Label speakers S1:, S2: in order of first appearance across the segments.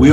S1: We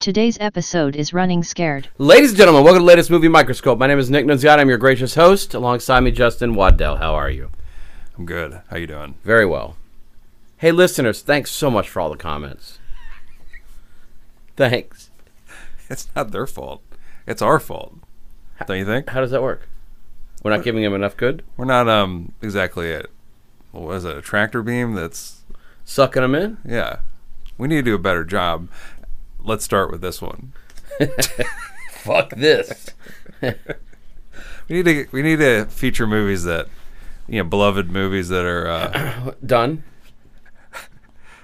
S2: Today's episode is running scared.
S3: Ladies and gentlemen, welcome to the latest movie microscope. My name is Nick Nunziata. I'm your gracious host. Alongside me, Justin Waddell. How are you?
S4: I'm good. How you doing?
S3: Very well. Hey, listeners, thanks so much for all the comments. Thanks.
S4: It's not their fault. It's our fault. Don't you think?
S3: How does that work? We're not giving him enough good?
S4: We're not um exactly at what was it, a tractor beam that's
S3: Sucking him in?
S4: yeah. We need to do a better job. Let's start with this one.
S3: Fuck this.
S4: We need to we need to feature movies that you know, beloved movies that are uh,
S3: Done.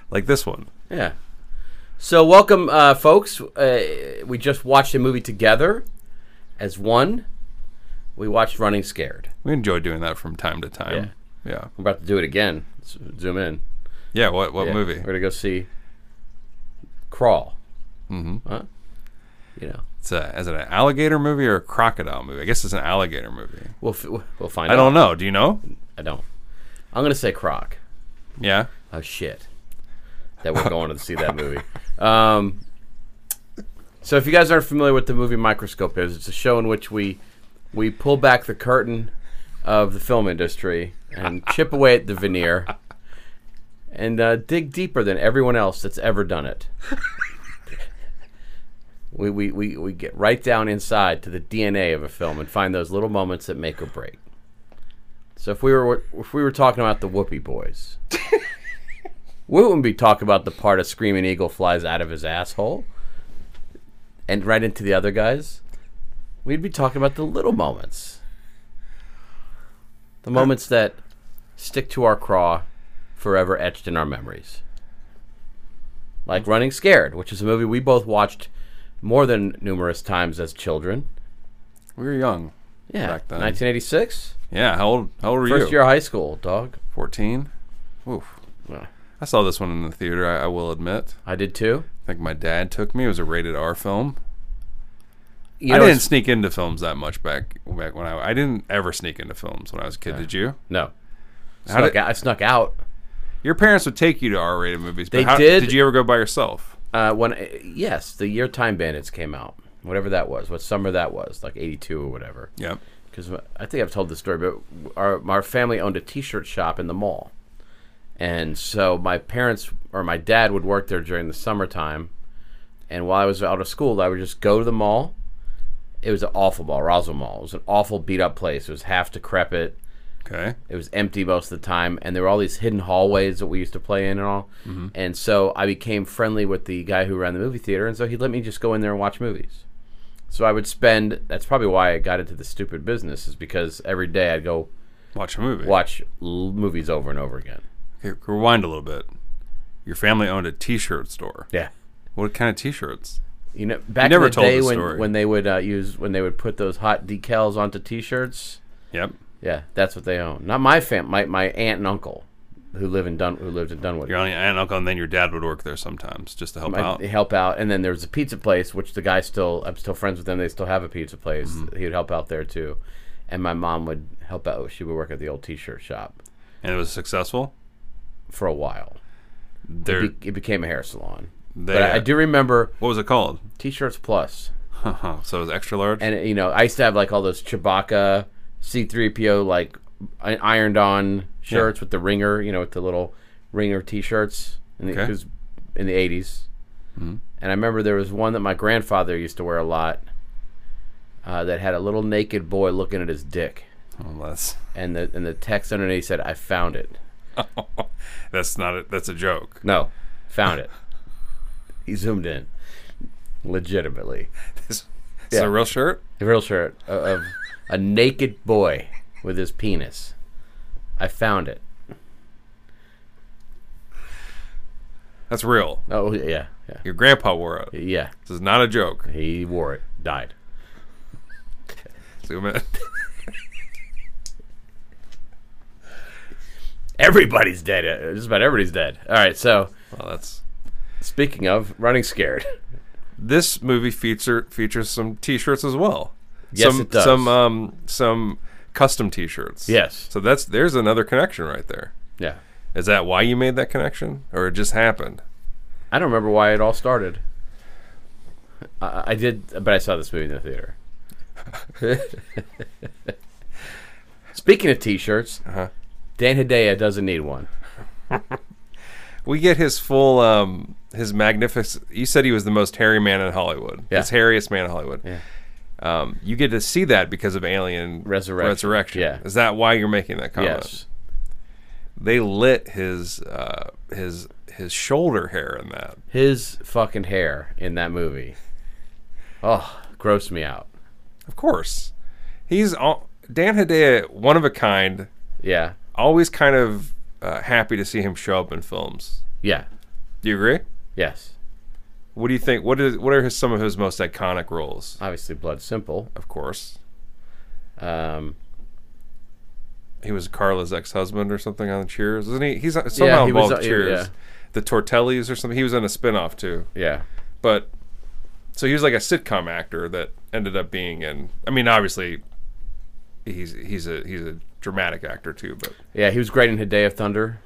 S4: like this one.
S3: Yeah. So, welcome, uh, folks. Uh, we just watched a movie together as one. We watched Running Scared.
S4: We enjoy doing that from time to time. Yeah. Yeah.
S3: I'm about to do it again. Let's zoom in.
S4: what what
S3: Yeah,
S4: movie?
S3: We're gonna go see Crawl. Mm-hmm. Huh? You know,
S4: It's a, is it an alligator movie or a crocodile movie? I guess it's an alligator movie.
S3: we'll f- we'll find.
S4: I
S3: out.
S4: don't know. Do you know?
S3: I don't. I'm gonna say Croc.
S4: Yeah.
S3: Oh shit! That we're going to see that movie. Um, so if you guys aren't familiar with the movie Microscope is, it's a show in which we we pull back the curtain of the film industry and chip away at the veneer and uh, dig deeper than everyone else that's ever done it. We, we, we, we get right down inside to the DNA of a film and find those little moments that make or break. So if we were if we were talking about the Whoopi Boys, we wouldn't be talking about the part of Screaming Eagle flies out of his asshole and right into the other guys. We'd be talking about the little moments. The moments that stick to our craw, forever etched in our memories. Like Running Scared, which is a movie we both watched more than numerous times as children.
S4: We were young.
S3: Yeah.
S4: Back then.
S3: 1986?
S4: Yeah, how old how old were
S3: First
S4: you?
S3: year of high school, dog.
S4: 14. Oof.
S3: Well.
S4: I saw this one in the theater, I, I will admit.
S3: I did too.
S4: I think my dad took me. It was a rated R film.
S3: You
S4: I
S3: know,
S4: didn't
S3: it's-
S4: sneak into films that much back back when I I didn't ever sneak into films when I was a kid. Did you?
S3: No.
S4: How
S3: Snuck
S4: did,
S3: out- I snuck out.
S4: your parents would take you to R rated movies. But
S3: They
S4: how,
S3: did.
S4: Did you ever go by yourself?
S3: Uh, when uh, yes, the year Time Bandits came out, whatever that was, what summer that was, like '82 or whatever.
S4: Yep.
S3: Because I think I've told this story, but our our family owned a T-shirt shop in the mall, and so my parents or my dad would work there during the summertime, and while I was out of school, I would just go to the mall. It was an awful mall, Roswell Mall. It was an awful beat up place. It was half decrepit.
S4: Okay.
S3: It was empty most of the time, and there were all these hidden hallways that we used to play in and all.
S4: Mm-hmm.
S3: And so I became friendly with the guy who ran the movie theater, and so he'd let me just go in there and watch movies. So I would spend. That's probably why I got into the stupid business, is because every day I'd go
S4: Watch a movie.
S3: watch l- movies over and over again.
S4: Okay, rewind a little bit. Your family owned a T-shirt store.
S3: Yeah.
S4: What kind of T-shirts?
S3: You know, back
S4: never
S3: in the
S4: told
S3: day
S4: the
S3: when,
S4: story.
S3: when they would uh, use when they would put those hot decals onto T-shirts.
S4: Yep.
S3: Yeah, that's what they own. Not my fam, my, my aunt and uncle, who live in Dun, who lived in Dunwoody.
S4: Your only aunt and uncle, and then your dad would work there sometimes just to help
S3: I
S4: out.
S3: help out. And then there was a pizza place, which the guy still, I'm still friends with them. They still have a pizza place.
S4: Mm-hmm.
S3: He would help out there too. And my mom would help out. She would work at the old t shirt shop
S4: And it was successful.
S3: for a while.
S4: There,
S3: Be- it became a hair salon.
S4: They,
S3: But I, I
S4: uh,
S3: do remember
S4: What was it called?
S3: T-shirts plus,
S4: so it was extra large.
S3: and you know I used to have like all those Chewbacca C-3PO like i- ironed-on shirts with the ringer, you know, with the little ringer T-shirts, in the,
S4: Okay.
S3: 'cause in the 80s And I remember there was one that my grandfather used to wear a lot, uh, that had a little naked boy looking at his dick,
S4: Oh, that's
S3: and the and the text underneath said, "I found it."
S4: that's not a, that's a joke.
S3: No, found it. he zoomed in, legitimately.
S4: It's it's a real shirt.
S3: The real shirt o- of a naked boy with his penis. I found it.
S4: That's real.
S3: Oh yeah, yeah,
S4: Your grandpa wore it.
S3: yeah.
S4: This is not a joke.
S3: He wore it. Died.
S4: Zoom in.
S3: Everybody's dead. uh, Just about everybody's dead. All right. So
S4: Well, that's
S3: speaking of running scared,
S4: this movie feature features some T-shirts as well.
S3: Yes,
S4: some,
S3: it does.
S4: Some um some custom T-shirts.
S3: Yes.
S4: So that's there's another connection right there.
S3: yeah.
S4: Is that why you made that connection, or it just happened?
S3: I don't remember why it all started. I, I did, but I saw this movie in the theater. Speaking of t-shirts, Dan Hedaya doesn't need one.
S4: We get his full um his magnificent. You said he was the most hairy man in Hollywood.
S3: Yeah.
S4: His hairiest man in Hollywood.
S3: Yeah.
S4: Um, you get to see that because of Alien
S3: Resurrection.
S4: Resurrection.
S3: Yeah.
S4: Is that why you're making that comment?
S3: Yes.
S4: They lit his uh his his shoulder hair in that.
S3: His fucking hair in that movie. Oh, grossed me out.
S4: Of course. He's all, Dan Hedaya, one of a kind.
S3: Yeah.
S4: Always kind of uh, happy to see him show up in films.
S3: Yeah.
S4: Do you agree?
S3: Yes.
S4: What do you think? What is? What are his, some of his most iconic roles?
S3: Obviously, Blood Simple.
S4: Of course,
S3: Um,
S4: he was Carla's ex-husband or something on Cheers, isn't he? He's somehow
S3: he was,
S4: involved
S3: uh,
S4: with Cheers.
S3: yeah.
S4: The Tortellis or something. He was in a spin-off too.
S3: yeah.
S4: But so he was like a sitcom actor that ended up being in. I mean, obviously, he's he's a he's a dramatic actor too, but
S3: Yeah, he was great in Hedaya of Thunder.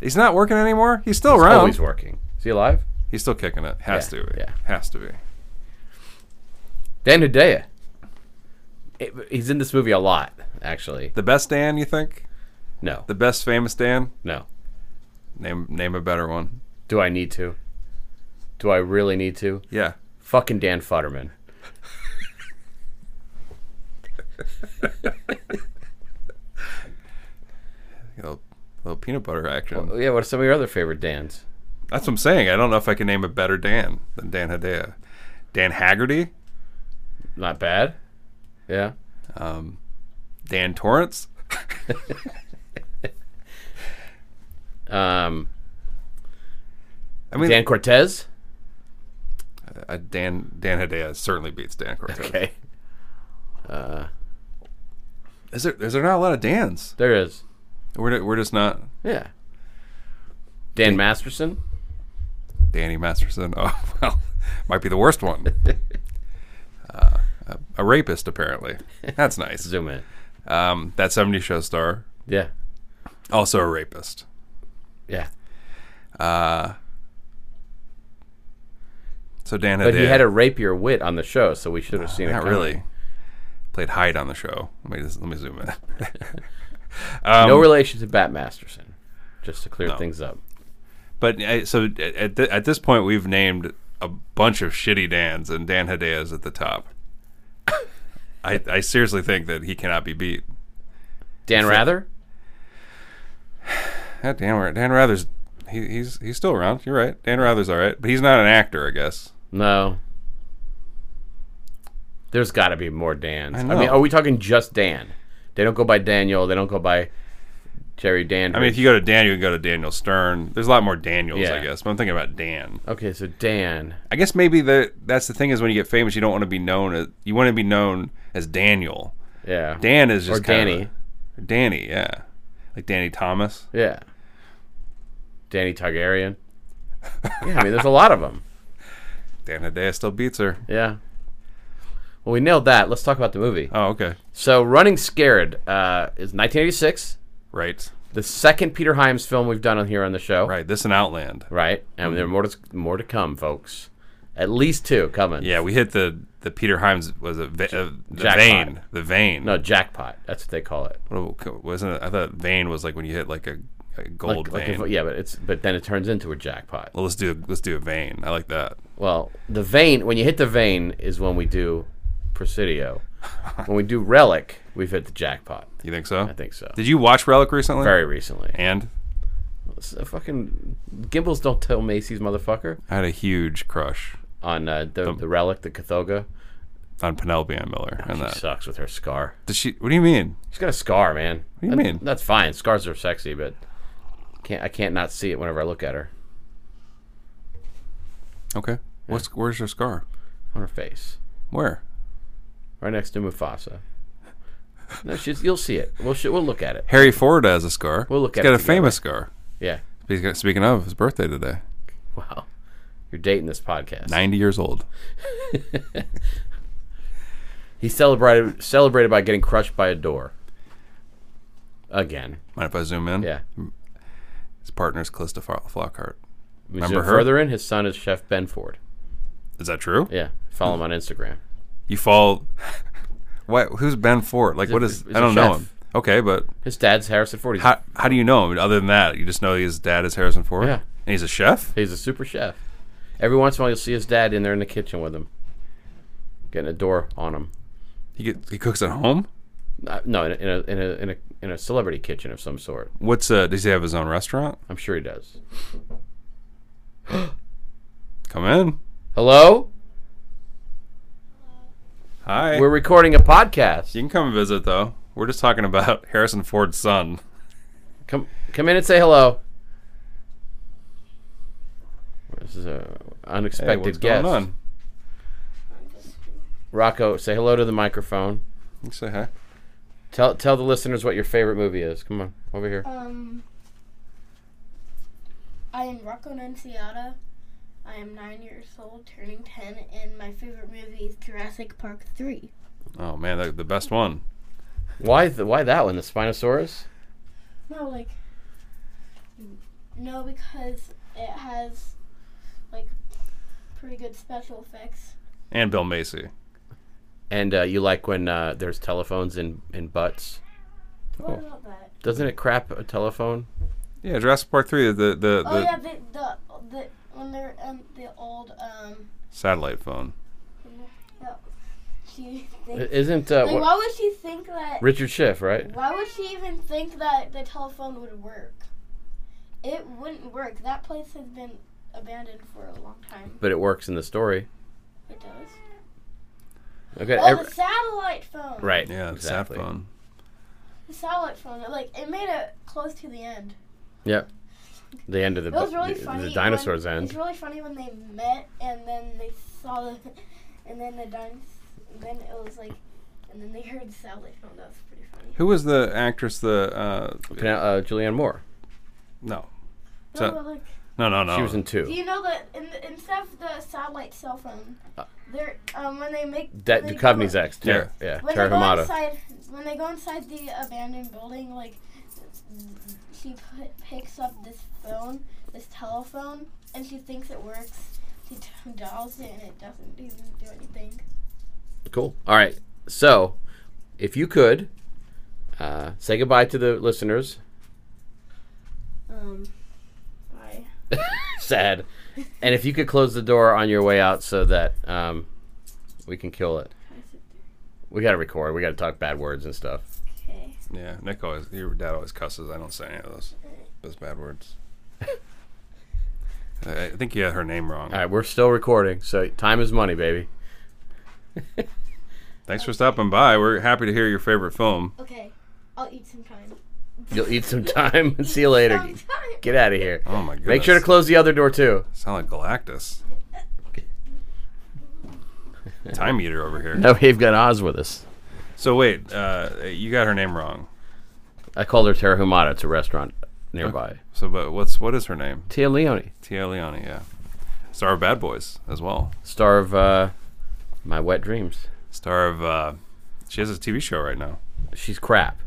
S4: he's not working anymore. He's still around.
S3: Always working. Is he alive?
S4: He's still kicking it. Has
S3: Yeah,
S4: to be.
S3: yeah.
S4: Has to be.
S3: Dan Hedaya. It- he's in this movie a lot, actually.
S4: The best Dan, you think?
S3: No.
S4: The best famous Dan?
S3: No.
S4: Name name a better one.
S3: Do I need to? Do I really need to?
S4: Yeah.
S3: Fucking Dan Futterman.
S4: You know, little peanut butter action.
S3: Yeah, what are some of your other favorite Dans?
S4: That's what I'm saying. I don't know if I can name a better Dan than Dan Hedaya. Dan Haggerty?
S3: Not bad. Yeah.
S4: Dan Torrance?
S3: Um,
S4: I mean,
S3: Dan Cortez.
S4: uh, Dan Dan Hedaya certainly beats Dan Cortez.
S3: Okay.
S4: Is there is there not a lot of Dans?
S3: There is.
S4: We're ju- we're just not
S3: Yeah. Dan Masterson.
S4: Danny Masterson. Oh well, might be the worst one. uh, a- a rapist apparently. That's nice.
S3: Zoom in.
S4: Um, that 70 show star,
S3: Yeah.
S4: also a rapist.
S3: Yeah.
S4: So Dan
S3: But
S4: Hedaya,
S3: he had a rapier wit on the show, so we should have seen it.
S4: not
S3: coming.
S4: really played Hyde on the show. Let me just, let me zoom in. Um,
S3: no relation to Bat Masterson. Just to clear things up.
S4: But uh, so at at, thi- at this point, we've named a bunch of shitty Dans, and Dan Hedaya is at the top. I, I seriously think that he cannot be beat.
S3: Dan Rather.
S4: Ah, Dan, Ra- Dan Rather's he, he's he's still around. You're right. Dan Rather's all right, but he's not an actor, I guess.
S3: No. There's got to be more Dans. I, mean,
S4: know.
S3: are we talking just Dan? They don't go by Daniel. They don't go by Jerry Dan.
S4: I mean, if you go to Dan, you can go to Daniel Stern. There's a lot more Daniels, I
S3: Yeah.
S4: guess. But I'm thinking about Dan.
S3: okay, so Dan.
S4: I guess maybe the that's the thing is when you get famous, you don't want to be known as you want to be known as Daniel.
S3: Yeah.
S4: Dan is just
S3: Or
S4: kind
S3: Danny.
S4: Of a- Danny, yeah, like Danny Thomas.
S3: Yeah. Danny Targaryen. Yeah, I mean, there's a lot of them.
S4: Dan Hedaya still beats her.
S3: Yeah. Well, we nailed that. Let's talk about the movie.
S4: Oh, okay,
S3: So, Running Scared uh, is 1986.
S4: right.
S3: the second Peter Hyams film we've done on here on the show.
S4: Right, this and Outland.
S3: Right? And there are more to, more to come, folks. At least two coming.
S4: Yeah, we hit the the Peter Himes was a, va- uh, the
S3: Jackpot.
S4: vein, the vein.
S3: No, jackpot. That's what they call it.
S4: What- what- wasn't it? I thought vein was like when you hit like a, a gold
S3: Like- like
S4: vein.
S3: if- yeah, but it's but then it turns into a jackpot.
S4: well, let's do let's do a vein. I like that.
S3: Well, the vein when you hit the vein is when we do Presidio. when we do Relic, we've hit the jackpot.
S4: You think so?
S3: I think so.
S4: Did you watch Relic recently?
S3: Very recently.
S4: And
S3: It's a fucking Gimbals don't tell Macy's motherfucker
S4: I had a huge crush
S3: on uh, the, the Relic, the Cathoga.
S4: on Penelope Ann Miller. And
S3: She
S4: that.
S3: sucks with her scar.
S4: Did she? What do you mean?
S3: She's got a scar, man.
S4: What do you
S3: That-
S4: mean?
S3: That's fine. Scars are sexy, but can't I can't not see it whenever I look at her
S4: Okay. What's where's her scar?
S3: on her face,
S4: Where?
S3: right next to Mufasa. No, she's, you'll see it. We'll sh- we'll look at it.
S4: Harry Ford has a scar.
S3: We'll look
S4: He's
S3: at
S4: got
S3: it
S4: a famous scar.
S3: Yeah.
S4: Speaking- Speaking of, his birthday today.
S3: Wow. You're dating this podcast.
S4: Ninety years old.
S3: He celebrated celebrated by getting crushed by a door. Again.
S4: Mind if I zoom in?
S3: Yeah.
S4: His partner's Calista Flo- Flockhart.
S3: We
S4: Remember
S3: zoom
S4: her?
S3: Further in, his son is Chef Benford.
S4: Is that true?
S3: Yeah. Follow him on Instagram.
S4: You fall. what? Who's Ben Ford? Like, what is?
S3: he's
S4: I
S3: a
S4: don't know
S3: chef.
S4: him. Okay, but
S3: His dad's Harrison Ford. He's,
S4: how how do you know him? Other than that, you just know his dad is Harrison Ford.
S3: Yeah.
S4: and he's a chef.
S3: he's a super chef. Every once in a while, you'll see his dad in there in the kitchen with him, getting a door on him.
S4: He gets, he cooks at home.
S3: Uh, No, in a, in a in a in a in a celebrity kitchen of some sort.
S4: What's uh? Does he have his own restaurant?
S3: I'm sure he does.
S4: Come in.
S3: Hello,
S4: Hi.
S3: we're recording a podcast.
S4: you can come visit though. We're just talking about Harrison Ford's son.
S3: Come come in and say hello. This is a
S4: Hey,
S3: unexpected
S4: what's
S3: guest.
S4: going on?
S3: Rocco, say hello to the microphone.
S4: You say hi.
S3: Tell tell the listeners what your favorite movie is. Come on, over here.
S5: Um, I am Rocco Nunziata. I am nine years old, turning ten, and my favorite movie is Jurassic Park 3.
S4: Oh man, that, the best one.
S3: Why the, why that one? The Spinosaurus?
S5: No, like, no, because it has, like, pretty good special effects.
S4: And Bill Macy.
S3: And uh, you like when uh, there's telephones in in butts? Oh.
S5: What about that?
S3: Doesn't it crap a telephone?
S4: Yeah, Jurassic Park three. The the, the,
S5: Oh, yeah, the, the, the, when they're in the old, um,
S4: satellite phone.
S5: the, she
S3: I-
S5: thinks,
S3: Isn't uh,
S5: like,
S3: what-
S5: why would she think that
S3: Richard Schiff right?
S5: Why would she even think that the telephone would work? It wouldn't work. That place has been abandoned for a long time.
S3: But it works in the story.
S5: It does.
S3: Okay.
S5: Oh,
S3: every-
S5: the satellite phone.
S3: right.
S4: Yeah, the
S3: exactly.
S4: sat phone.
S5: The satellite phone. It, like it made it close to the end.
S3: Yep. The end of the
S5: It was
S3: bu-
S5: really
S3: the,
S5: funny.
S3: the dinosaurs
S5: when,
S3: end.
S5: It's really funny when they met and then they saw the, and then the dinosaurs. Then it was like, and then they heard the satellite phone. That was pretty funny.
S4: Who was the actress? The uh,
S3: Pan- uh, Julianne Moore.
S4: no,
S5: No,
S4: So-
S5: but, like,
S4: no, no, no.
S3: She was in
S5: Do
S3: two.
S5: you know that in, instead of the satellite cell phone, they're um, when they make
S3: De-
S5: when they go-
S3: Uh. Duchovny's ex. Ter- yeah.
S5: When
S3: Tara
S5: they go
S3: Hamada.
S5: inside, when they go inside the abandoned building, like she put, picks up this phone, this telephone, and she thinks it works. She t- dials it, and it doesn't even do anything.
S3: Cool. All right. So, if you could uh, say goodbye to the listeners,
S5: Um, I
S3: sad, and if you could close the door on your way out so that um, we can kill it. We got to record. We got to talk bad words and stuff.
S5: okay.
S4: Yeah, Nick always. Your dad always cusses. I don't say any of those those bad words. I I think you had her name wrong.
S3: All right, we're still recording, so time is money, baby.
S4: Thanks for stopping by. We're happy to hear your favorite film.
S5: Okay, I'll eat some time.
S3: You'll eat some time and see you later.
S5: Some time.
S3: Get out of here.
S4: Oh my goodness.
S3: Make sure to close the other door too.
S4: Sound like Galactus. Time eater over here.
S3: No, we've got Oz with us.
S4: So wait, uh, you got her name wrong.
S3: I called her Terra Humada. It's a restaurant nearby.
S4: So, but what's what is her name?
S3: Tia Leone,
S4: Tia Leone. Yeah, star of Bad Boys as well.
S3: star of uh, My Wet Dreams.
S4: Star of. Uh, she has a TV show right now.
S3: She's crap.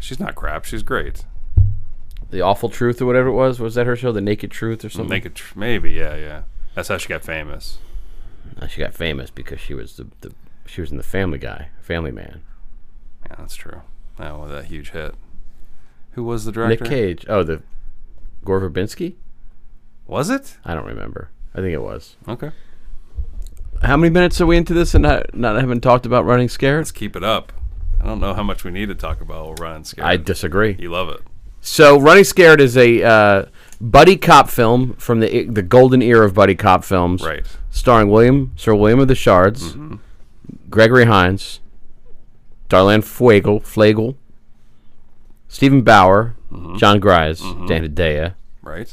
S4: She's not crap. She's great.
S3: The Awful Truth or whatever it was. Was that her show? The Naked Truth or something?
S4: Naked, Tr- maybe. Yeah, yeah. That's how she got famous.
S3: Uh, She got famous because she was the, the she was in the Family Guy, Family Man.
S4: Yeah, that's true. Oh, well, that huge hit. Who was the
S3: Nick
S4: director?
S3: Cage. Oh, the Gore Verbinski.
S4: Was it?
S3: I don't remember. I think it was.
S4: Okay.
S3: How many minutes are we into this and not not having talked about running scared?
S4: Let's keep it up. I don't know how much we need to talk about old Run Scared.
S3: I disagree.
S4: you love it.
S3: So, Running Scared is a uh, buddy cop film from the the golden era of buddy cop films,
S4: Right.
S3: Starring William Sir William of the Shards, Gregory Hines, Darlene Fuegel, Flagel, Stephen Bauer, John Grise, Dan Hedaya,
S4: Right?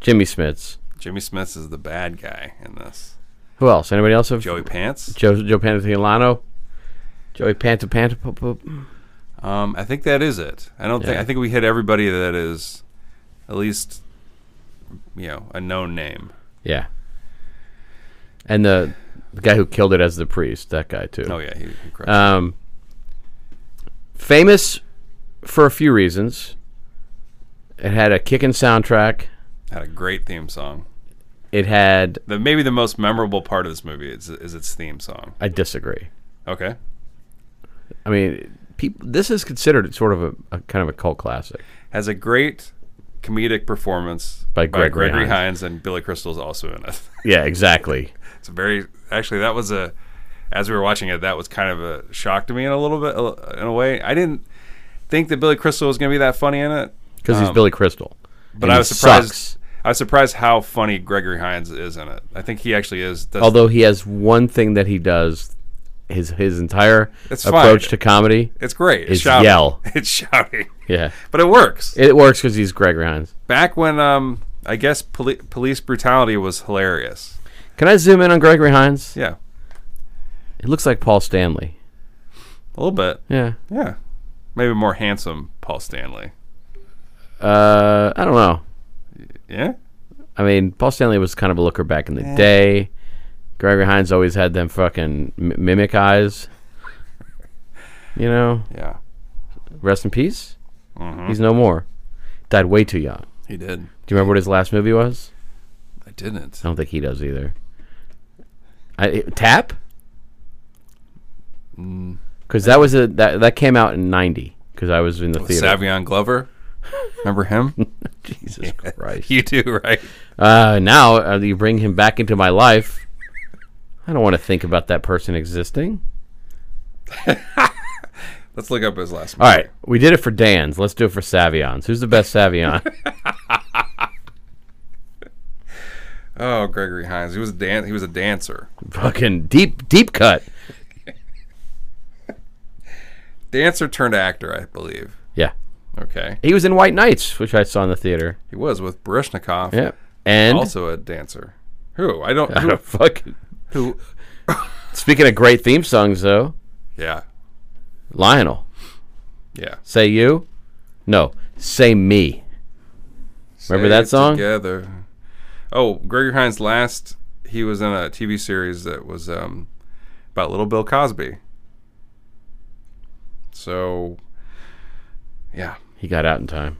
S3: Jimmy Smits.
S4: Jimmy Smith is the bad guy in this.
S3: Who else? Anybody else? Have
S4: Joey Pants.
S3: Joe Joe Pantoliano, Joey Panta Panta. pu- pu-
S4: Um, I think that is it. I don't think
S3: Yeah.
S4: I think we hit everybody that is at least you know, a known name.
S3: Yeah. And the, the guy who killed it as the priest, that guy too.
S4: Oh yeah, he, he crushed it.
S3: Um, famous for a few reasons. It had a kicking soundtrack.
S4: had a great theme song.
S3: It had.
S4: The maybe the most memorable part of this movie is, is its theme song.
S3: I disagree.
S4: Okay.
S3: I mean, people. This is considered sort of a, a kind of a cult classic.
S4: Has a great comedic performance
S3: By Gregory
S4: Gregory
S3: Hines.
S4: Hines and Billy Crystal's also in it.
S3: Yeah, exactly.
S4: It's a very actually that was a as we were watching it that was kind of a shock to me in a little bit uh, in a way. I didn't think that Billy Crystal was going to be that funny in it,
S3: Because he's
S4: Um,
S3: Billy Crystal.
S4: but
S3: And
S4: I
S3: he
S4: was surprised.
S3: sucks.
S4: I was surprised how funny Gregory Hines is in it. I think he actually is. That's,
S3: Although he has one thing that he does, his his entire
S4: That's fine.
S3: approach to comedy.
S4: it's great. It's
S3: is
S4: shouting.
S3: yell.
S4: It's shouting,
S3: Yeah,
S4: but it works.
S3: it works because he's Gregory Hines.
S4: Back when um, I guess poli- police brutality was hilarious.
S3: Can I zoom in on Gregory Hines?
S4: Yeah,
S3: It looks like Paul Stanley.
S4: a little bit.
S3: Yeah.
S4: Yeah, maybe more handsome Paul Stanley.
S3: Uh, I don't know.
S4: Yeah,
S3: I mean, Paul Stanley was kind of a looker back in the day. Gregory Hines always had them fucking m- mimic eyes. You know,
S4: yeah,
S3: rest in peace. He's no more. Died way too young.
S4: he did.
S3: Do you remember what his last movie was?
S4: I didn't.
S3: I don't think he does either. I, it- Tap? Because that was a that that came out in '90. Because I was
S4: Oh,
S3: in the theater.
S4: Savion Glover. Remember him?
S3: Jesus Christ!
S4: you do, right?
S3: Uh, now uh, you bring him back into my life. I don't want to think about that person existing.
S4: Let's look up his last movie.
S3: All right, we did it for Dan's. Let's do it for Savion's. Who's the best Savion?
S4: Oh, Gregory Hines. He was a dan- he was a dancer.
S3: Fucking deep, deep cut.
S4: Dancer turned actor, I believe.
S3: Yeah,
S4: Okay.
S3: he was in White Knights, which I saw in the theater.
S4: He was with Barishnikov.
S3: Yeah, and
S4: Also a dancer. Who? I don't
S3: I
S4: who,
S3: don't fucking.
S4: who
S3: Speaking of great theme songs, though,
S4: Yeah.
S3: Lionel,
S4: Yeah.
S3: say you, no, say me. Remember
S4: Stay
S3: that song?
S4: Together. Oh, Gregory Hines last he was in a TV series that was um about little Bill Cosby. So yeah.
S3: He got out in time.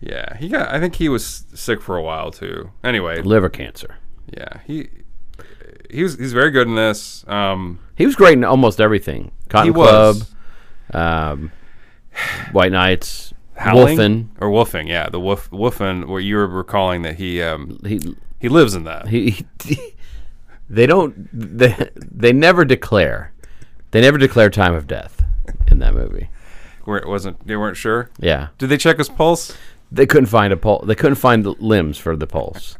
S4: Yeah. He got I think he was sick for a while too. Anyway,
S3: Liver cancer.
S4: yeah. He he was he's very good in this. Um
S3: He was great in almost everything.
S4: he
S3: Cotton Club,
S4: was
S3: um, White Knights,
S4: Howling?
S3: Wolfen.
S4: or Wolfing, yeah, the Wolf Wolfen. Where you were recalling that he um,
S3: He
S4: he lives in that.
S3: He, he- they don't. They, they never declare. They never declare time of death in that movie.
S4: Where it wasn't, they weren't sure.
S3: Yeah,
S4: Did they check his pulse?
S3: they couldn't find a pulse. They couldn't find the limbs for the pulse.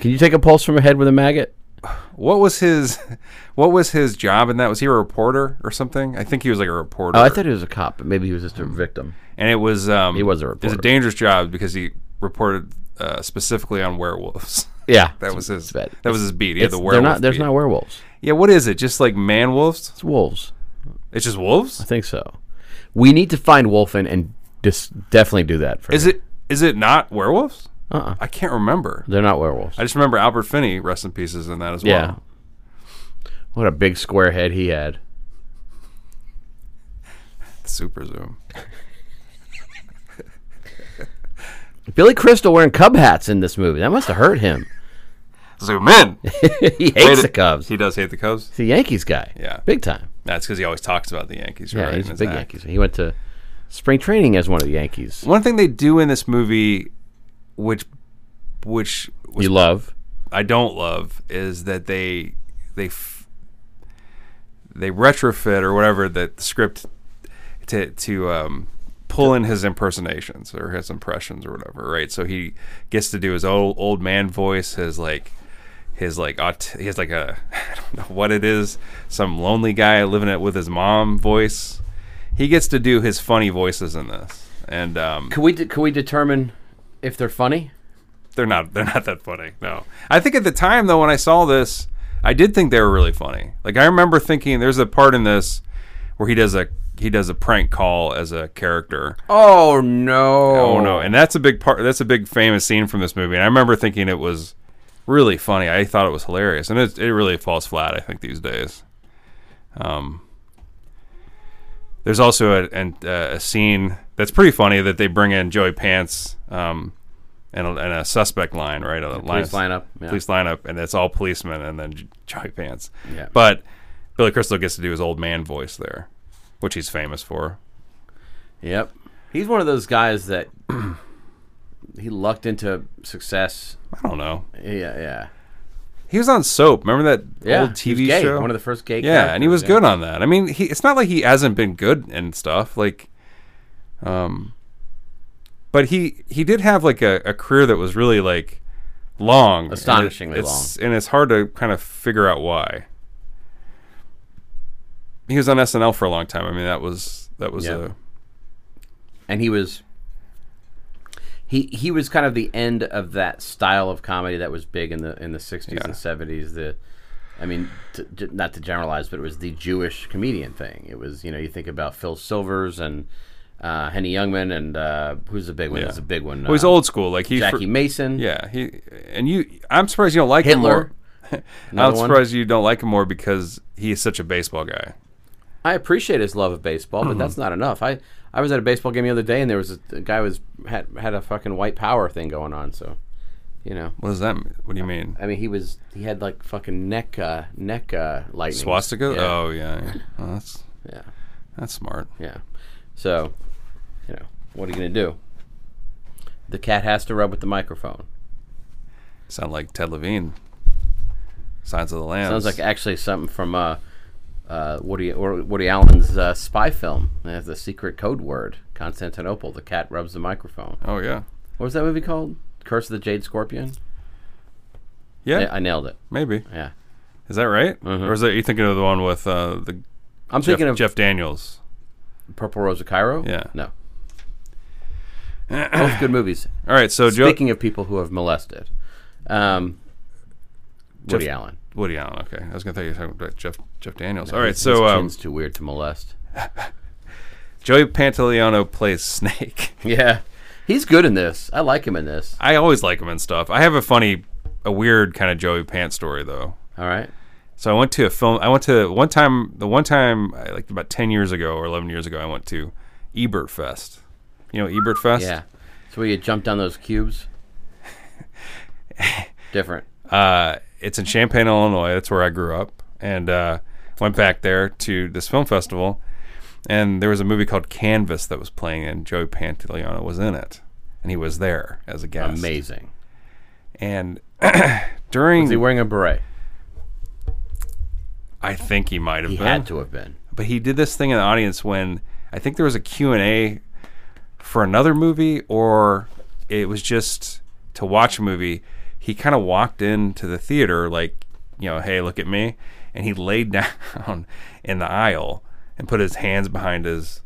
S3: Can you take a pulse from a head with a maggot?
S4: What was his, what was his job in that? Was he a reporter or something? I think he was like a reporter.
S3: Oh, I thought he was a cop, but maybe he was just
S4: Mm.
S3: a victim.
S4: and it was um, he
S3: was a
S4: It was
S3: reporter.
S4: a dangerous job because he reported uh, specifically on werewolves.
S3: Yeah,
S4: That was his.
S3: bad.
S4: That was his beat. Yeah,
S3: It's-
S4: the
S3: they're
S4: werewolf.
S3: not. There's
S4: beat.
S3: not werewolves.
S4: Yeah, what is it? Just like man wolves?
S3: It's wolves.
S4: It's just wolves.
S3: I think so. We need to find Wolfen and just definitely do that. For
S4: Is it? Is it not werewolves?
S3: Uh-uh.
S4: I can't remember.
S3: They're not werewolves.
S4: I just remember Albert Finney, rest in pieces, in that as well.
S3: yeah. What a big square head he had.
S4: Super Zoom.
S3: Billy Crystal wearing Cub hats in this movie. That must have hurt him.
S4: Zoom in.
S3: he hates
S4: Wait,
S3: the Cubs.
S4: He
S3: He's
S4: does hate the Cubs.
S3: a Yankees guy.
S4: Yeah.
S3: Big time.
S4: That's because he always talks about the Yankees.
S3: Yeah,
S4: right?
S3: he's
S4: in
S3: a
S4: his
S3: big
S4: act.
S3: Yankees. He went to spring training as one of the Yankees.
S4: One thing they do in this movie, which, which was
S3: You love.
S4: I don't love is that they they f- they retrofit or whatever that the script to to um, pull in his impersonations or his impressions or whatever, right? So he gets to do his old old man voice, his like his like aut- he has like a I don't know what it is, some lonely guy living it with his mom voice. He gets to do his funny voices in this, and um,
S3: Can we de- can we determine if they're funny?
S4: they're not they're not that funny. No. I think at the time though when I saw this, I did think they were really funny. Like I remember thinking there's a part in this where he does a he does a prank call as a character.
S3: Oh no!
S4: Oh, no. And that's a big part that's a big famous scene from this movie. And I remember thinking it was really funny. I thought it was hilarious. And it it really falls flat I think these days. Um there's also a, an, uh, a scene that's pretty funny that they bring in Joey Pants um, and, a, and a suspect line, right? A
S3: Please
S4: line,
S3: line up. Yeah.
S4: police lineup, and it's all policemen, and then J- Joey Pants.
S3: Yeah.
S4: But Billy Crystal gets to do his old man voice there, which he's famous for.
S3: Yep. He's one of those guys that he lucked into success.
S4: I don't know.
S3: Yeah, yeah.
S4: He was on Soap. Remember that
S3: Yeah.
S4: old
S3: he was
S4: TV
S3: gay,
S4: show?
S3: One of the first gay.
S4: yeah, and he
S3: characters,
S4: was
S3: yeah.
S4: good on that. I mean, he, it's not like he hasn't been good and stuff. Like, um, but he he did have like a, a career that was really like long, and it-
S3: Astonishingly
S4: it's- and it's hard to kind of figure out why. He was on SNL for a long time. I mean, that was that was
S3: Yeah.
S4: a
S3: and he was he he was kind of the end of that style of comedy that was big in the in the 60s and 70s the I mean, t- j- not to generalize, but it was the Jewish comedian thing. It was, you know, you think about Phil Silvers and uh, Henny Youngman, and uh, who's the big one?
S4: Yeah.
S3: That's a big one.
S4: well, he's
S3: uh,
S4: old school. Like he
S3: Jackie
S4: fr-
S3: Mason.
S4: Yeah, he and you. I'm surprised you don't like
S3: Hitler.
S4: him more. I'm
S3: Another one.
S4: surprised you don't like him more because he is such a baseball guy.
S3: I appreciate his love of baseball, but
S4: Mm-hmm.
S3: that's not enough. I, I was at a baseball game the other day, and there was a, a guy was had had a fucking white power thing going on. So, you know,
S4: What does that? Mean? What do you mean?
S3: I mean, he was he had like fucking neck uh, neck uh, lightning
S4: Swastika?
S3: Yeah,
S4: Oh yeah, yeah. Well, that's
S3: yeah,
S4: that's smart.
S3: yeah. So, you know, what are you gonna do? The cat has to rub with the microphone.
S4: Sound like Ted Levine. Signs of the
S3: Sounds
S4: Lambs.
S3: like actually something from uh, uh, Woody or Woody Allen's uh, spy film. There's the secret code word Constantinople. The cat rubs the microphone.
S4: oh yeah,
S3: What was that movie called? Curse of the Jade Scorpion.
S4: yeah,
S3: I, I nailed it.
S4: maybe.
S3: Yeah,
S4: Is that right? Or is that you thinking of the one with uh, the
S3: I'm
S4: Jeff,
S3: thinking of
S4: Jeff Daniels?
S3: Purple Rose of Cairo.
S4: Yeah.
S3: no. Both good movies.
S4: All right, so Joe
S3: Speaking of people who have molested, um, Woody Allen.
S4: Woody Allen. Okay, I was gonna think you were talking about Jeff Jeff Daniels. All right,
S3: His-
S4: so
S3: his
S4: um,
S3: chin's too weird to molest.
S4: Joey Pantoliano plays Snake.
S3: Yeah, he's good in this. I like him in this.
S4: I always like him and stuff. I have a funny, a weird kind of Joey Pant story though.
S3: All right.
S4: So I went to a film. I went to one time. The one time, I- like about ten years ago or eleven years ago, I went to Ebert Fest. You know Ebert Fest.
S3: Yeah. So where you jump down those cubes. Different.
S4: Uh, it's in Champaign, Illinois. That's where I grew up, and uh, went back there to this film festival. And there was a movie called Canvas that was playing, and Joey Pantoliano was in it, and he was there as a guest.
S3: Amazing.
S4: And during,
S3: Is he wearing a beret?
S4: I think he might have
S3: He
S4: been.
S3: had to have been.
S4: but he did this thing in the audience when I think there was a Q&A for another movie or it was just to watch a movie. He kind of walked into the theater like, you know, hey, look at me. And he laid down in the aisle and put his hands behind his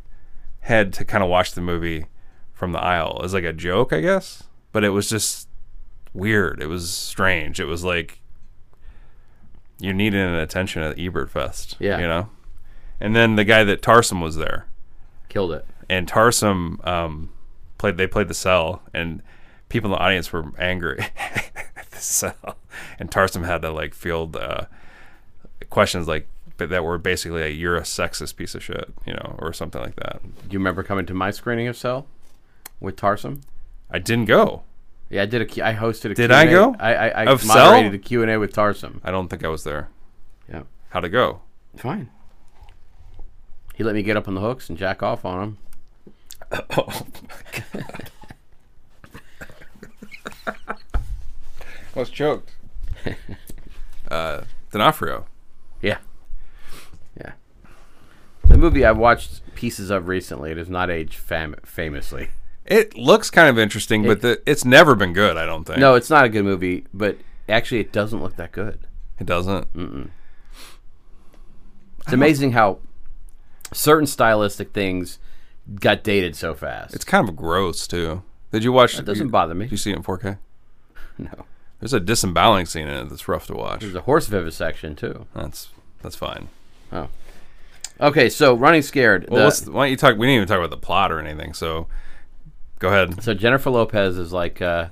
S4: head to kind of watch the movie from the aisle. It was like a joke, I guess, but it was just weird. It was strange. It was like you needed an attention at Ebert Fest.
S3: Yeah.
S4: You know? And then the guy that Tarsom was there,
S3: Killed it.
S4: and Tarsom um, played. They played the cell, and people in the audience were angry at the cell. And Tarsom had to like field uh, questions like, but that were basically like, you're a sexist piece of shit, you know, or something like that.
S3: Do you remember coming to my screening of Cell with Tarsum?
S4: I didn't go.
S3: Yeah, I did a. Q- I hosted a.
S4: Did
S3: Q&A.
S4: I go?
S3: I I, I
S4: Of Cell?
S3: moderated a Q and A with Tarsum.
S4: I don't think I was there.
S3: Yeah,
S4: How'd it go?
S3: fine. He let me get up on the hooks and jack off on him.
S4: I was choked. uh, D'Onofrio.
S3: Yeah, yeah. The movie I watched pieces of recently. It does not age fam- famously.
S4: It looks kind of interesting, but the, it's never been good. I don't think.
S3: No, it's not a good movie, but actually, it doesn't look that good.
S4: it doesn't.
S3: Mm. It's amazing how certain stylistic things got dated so fast.
S4: It's kind of gross too. Did you watch?
S3: it doesn't bother me.
S4: Did you see it in 4K?
S3: No,
S4: There's a disemboweling scene in it that's rough to watch.
S3: there's a horse vivisection too.
S4: That's that's fine.
S3: Oh. Okay, so running scared.
S4: Well,
S3: the-
S4: what's, why don't you talk? We didn't even talk about the plot or anything. So, go ahead.
S3: so Jennifer Lopez is like, uh,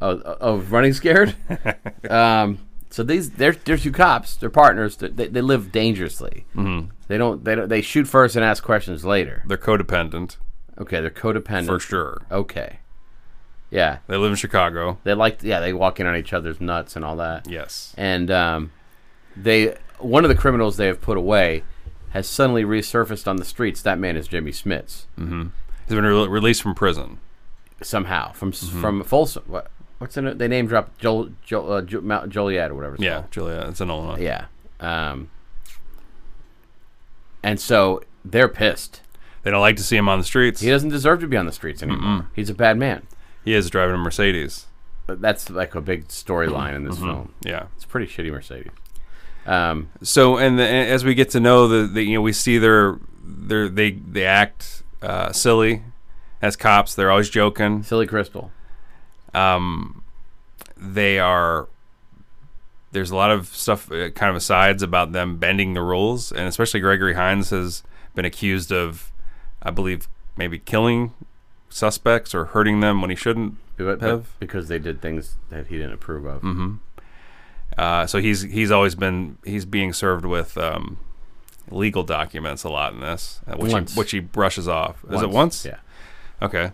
S3: oh, oh, running scared. um, so these they're they're two cops. They're partners. They, they, they live dangerously. Mm-hmm. They don't they don't they shoot first and ask questions later.
S4: They're codependent
S3: Okay, they're codependent.
S4: for sure.
S3: Okay. Yeah,
S4: They live in Chicago.
S3: they like yeah they walk in on each other's nuts and all that.
S4: Yes.
S3: and um, they one of the criminals they have put away has suddenly resurfaced on the streets. That man is Jimmy Smits
S4: He's been re- released from prison.
S3: somehow from s
S4: Mm-hmm.
S3: from Folsom. What, what's in it? They name dropped Jol, Jol, uh, Ju- Mount Joliet or whatever. It's
S4: Yeah,
S3: called.
S4: Julia. It's an old one.
S3: yeah. Um, and so they're pissed.
S4: They don't like to see him on the streets.
S3: He doesn't deserve to be on the streets anymore. He's a bad man.
S4: He is driving a Mercedes.
S3: But That's like a big storyline in this
S4: Mm-hmm.
S3: film.
S4: Yeah.
S3: It's a pretty shitty Mercedes. Um,
S4: So, and the, and as we get to know the, the, you know, we see their, their, they, they act uh, silly as cops. They're always joking.
S3: silly Crystal.
S4: They are. There's a lot of stuff, uh, kind of asides about them bending the rules, and especially Gregory Hines has been accused of, I believe, maybe killing suspects or hurting them when he shouldn't
S3: But- but-
S4: have. Mm-hmm.
S3: because they did things that he didn't approve of.
S4: Uh, so he's he's always been he's being served with um, legal documents a lot in this, uh, which
S3: Once.
S4: he which he brushes off. Is it once?
S3: Yeah.
S4: Okay.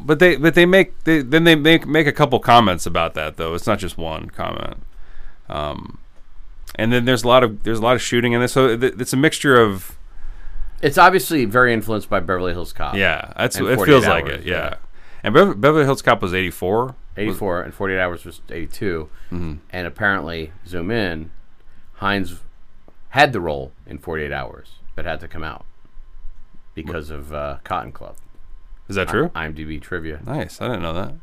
S4: But they but they make they then they make make a couple comments about that though. It's not just one comment. Um, and then there's a lot of there's a lot of shooting in this. So th- it's a mixture of
S3: It's obviously very influenced by Beverly Hills Cop.
S4: yeah. That's
S3: And
S4: it
S3: 48
S4: feels like
S3: hours,
S4: it.
S3: yeah.
S4: Yeah. And Bever- Beverly Hills Cop was 84.
S3: 84 and 48 hours was 82. And apparently, zoom in, Hines had the role in 48 hours, but had to come out because of uh, Cotton Club.
S4: Is that true?
S3: IMDb trivia.
S4: nice. I didn't know that. A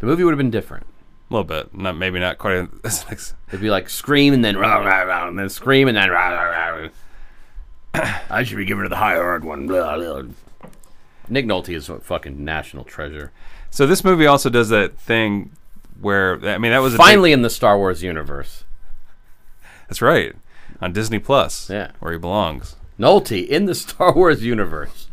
S3: The movie would have been different.
S4: little bit. Not maybe not quite as ex-
S3: It'd be like scream and then rah, rah, rah, and then scream and then rah, rah, rah. I should be given to the higher art one. Blah, blah. Nick Nolte is a fucking national treasure.
S4: So this movie also does that thing where I mean that was a big-
S3: Finally in the Star Wars universe.
S4: that's right on Disney Plus.
S3: Yeah.
S4: where he belongs.
S3: Nolte in the Star Wars universe.